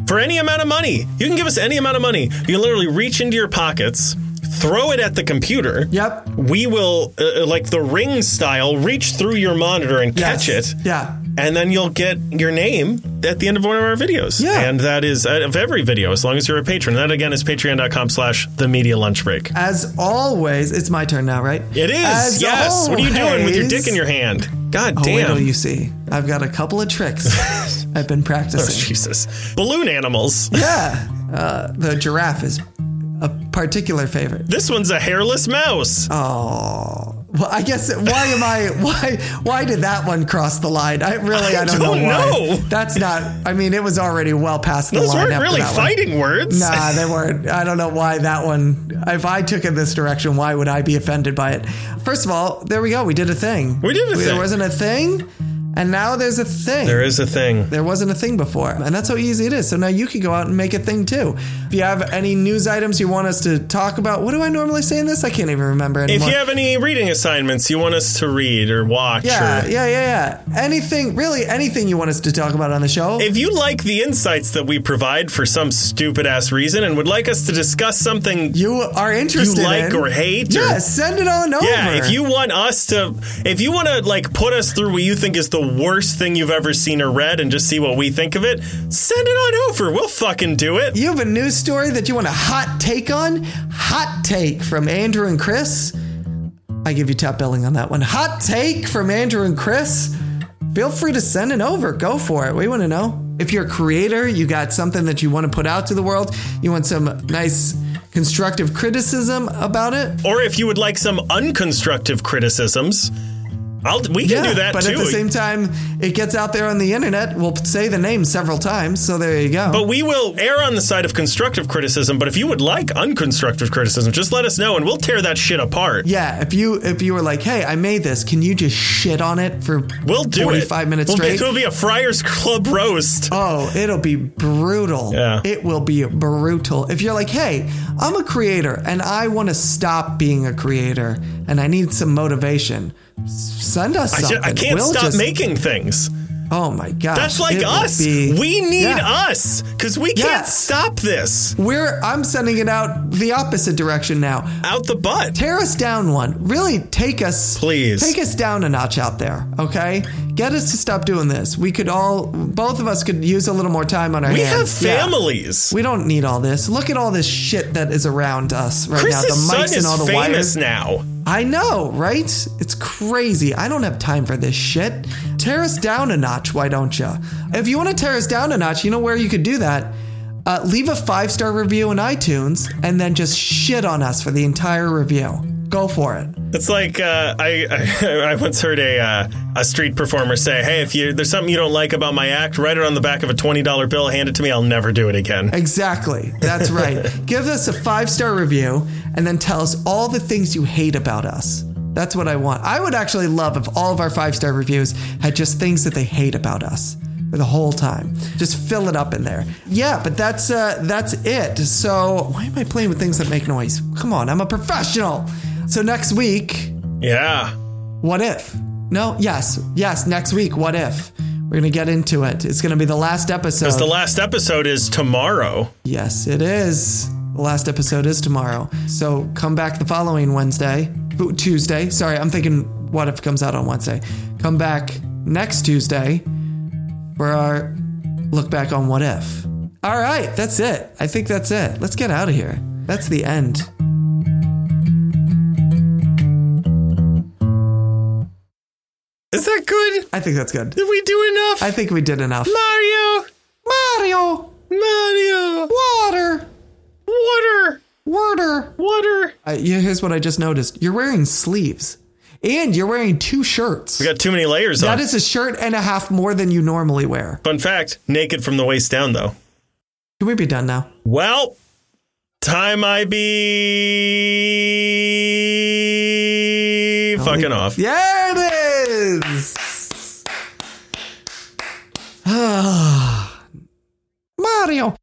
For any amount of money, you can give us any amount of money. You can literally reach into your pockets, throw it at the computer.
Yep.
We will, uh, like the ring style, reach through your monitor and catch
Yes.
it
Yeah.
and then you'll get your name at the end of one of our videos.
Yeah.
And that is uh, of every video, as long as you're a patron. That again is patreon.com slash the media lunch break.
As always, it's my turn now, right?
It is.
As
yes. What are you doing with your
always-
dick in your hand? God
Oh, Wait till
damn.
you see. I've got a couple of tricks I've been
Oh, [laughs]
practicing.
Jesus. Balloon animals.
yeah. Uh, the giraffe is a particular favorite.
This one's a hairless
Oh,
mouse.
Well, I guess why am I why why did that one cross the line? I really I,
I
don't,
don't
know. Why.
know.
That's not. I mean, it was already well past the
Those
line.
weren't
after
really
that one.
fighting words.
Nah, they weren't. I don't know why that one. If I took it this direction, why would I be offended by it? First of all, there we go. We did a thing.
We did a
There
thing.
wasn't a thing, and now there's a thing.
There is a thing.
There wasn't a thing before. And that's how easy it is. So now you can go out and make a thing too. If you have any news items you want us to talk about, what do I normally say in this? I can't even remember
If
anymore.
you have any reading assignments you want us to read or watch
yeah,
or
yeah, yeah, yeah. Anything, really, anything you want us to talk about on the show.
If you like the insights that we provide for some stupid ass reason and would like us to discuss something
you are interested
you like
in,
or hate or
Yeah, send it on over.
yeah, if you want us to, if you want to like put us through what you think is the worst thing you've ever seen or read and just see what we think of it, send it on over. We'll fucking do it.
You have a news story that you want a hot take on? Hot take from Andrew and Chris. I give you top billing on that one. Hot take from Andrew and Chris. Feel free to send it over. Go for it. We want to know. If you're a creator, you got something that you want to put out to the world, you want some nice constructive criticism about it.
Or if you would like some unconstructive criticisms, I'll we can do that
but
too.
at the same time, it gets out there on the internet. We'll say the name several times, so there you go.
but we will err on the side of constructive criticism. But if you would like unconstructive criticism, just let us know and we'll tear that shit apart.
Yeah, if you if you were like, hey, I made this, can you just shit on it for
We'll do it.
45 minutes
We'll be-
straight?
It'll be a Friars Club roast.
Oh, it'll be brutal.
Yeah.
It will be brutal. If you're like, hey, I'm a creator and I want to stop being a creator and I need some motivation, s- send us
I, ju-
something.
I can't
We'll
stop
just-
making things.
Oh my gosh.
That's like
it will
us.
be-
we need
Yeah.
us because we
Yeah.
can't stop this
We're I'm sending it out the opposite direction now.
out the butt.
tear us down one. Really take us
Please.
Take us down a notch out there, okay? Get us to stop doing this. We could all both of us could use a little more time on our
We have
hands. Yeah.
families.
We don't need all this. Look at all this shit that is around us right now.
Chris's
The
son
mics and all
is
the
famous
wires.
now.
I know, right? It's crazy. I don't have time for this shit. Tear us down a notch, why don't you? If you want to tear us down a notch, you know where you could do that? Uh, leave a five star review in iTunes and then just shit on us for the entire review. Go for it.
It's like uh, I, I [laughs] I once heard a uh, a street performer say, "Hey, if you there's something you don't like about my act, write it on the back of a twenty dollar bill, hand it to me. I'll never do it again."
Exactly. That's right. Give us a five star review and then tell us all the things you hate about us. That's what I want. I would actually love if all of our five star reviews had just things that they hate about us for the whole time. Just fill it up in there. Yeah, but that's uh, that's it. So why am I playing with things that make noise? Come on, I'm a professional. So next week,
Yeah,
what if? No, yes, yes. Next week, what if? We're gonna get into it. It's gonna be the last episode.
the last episode is tomorrow.
Yes, it is. The last episode is tomorrow. So come back the following Wednesday, Ooh, Tuesday. Sorry, I'm thinking what if it comes out on Wednesday. Come back next Tuesday for our look back on what if. All right, that's it. I think that's it. Let's get out of here. That's the end.
Is that good?
I think that's good.
Did we do enough?
I think we did enough.
Mario,
Mario,
Mario,
water,
water,
water.
water.
Uh, yeah, here's what I just noticed. You're wearing sleeves, and you're wearing two shirts.
We got too many layers on.
That is a shirt and a half more than you normally wear.
Fun fact naked from the waist down, though.
Can we be done now?
Well, time I be fucking off.
Yeah, it is. [sighs] Mario.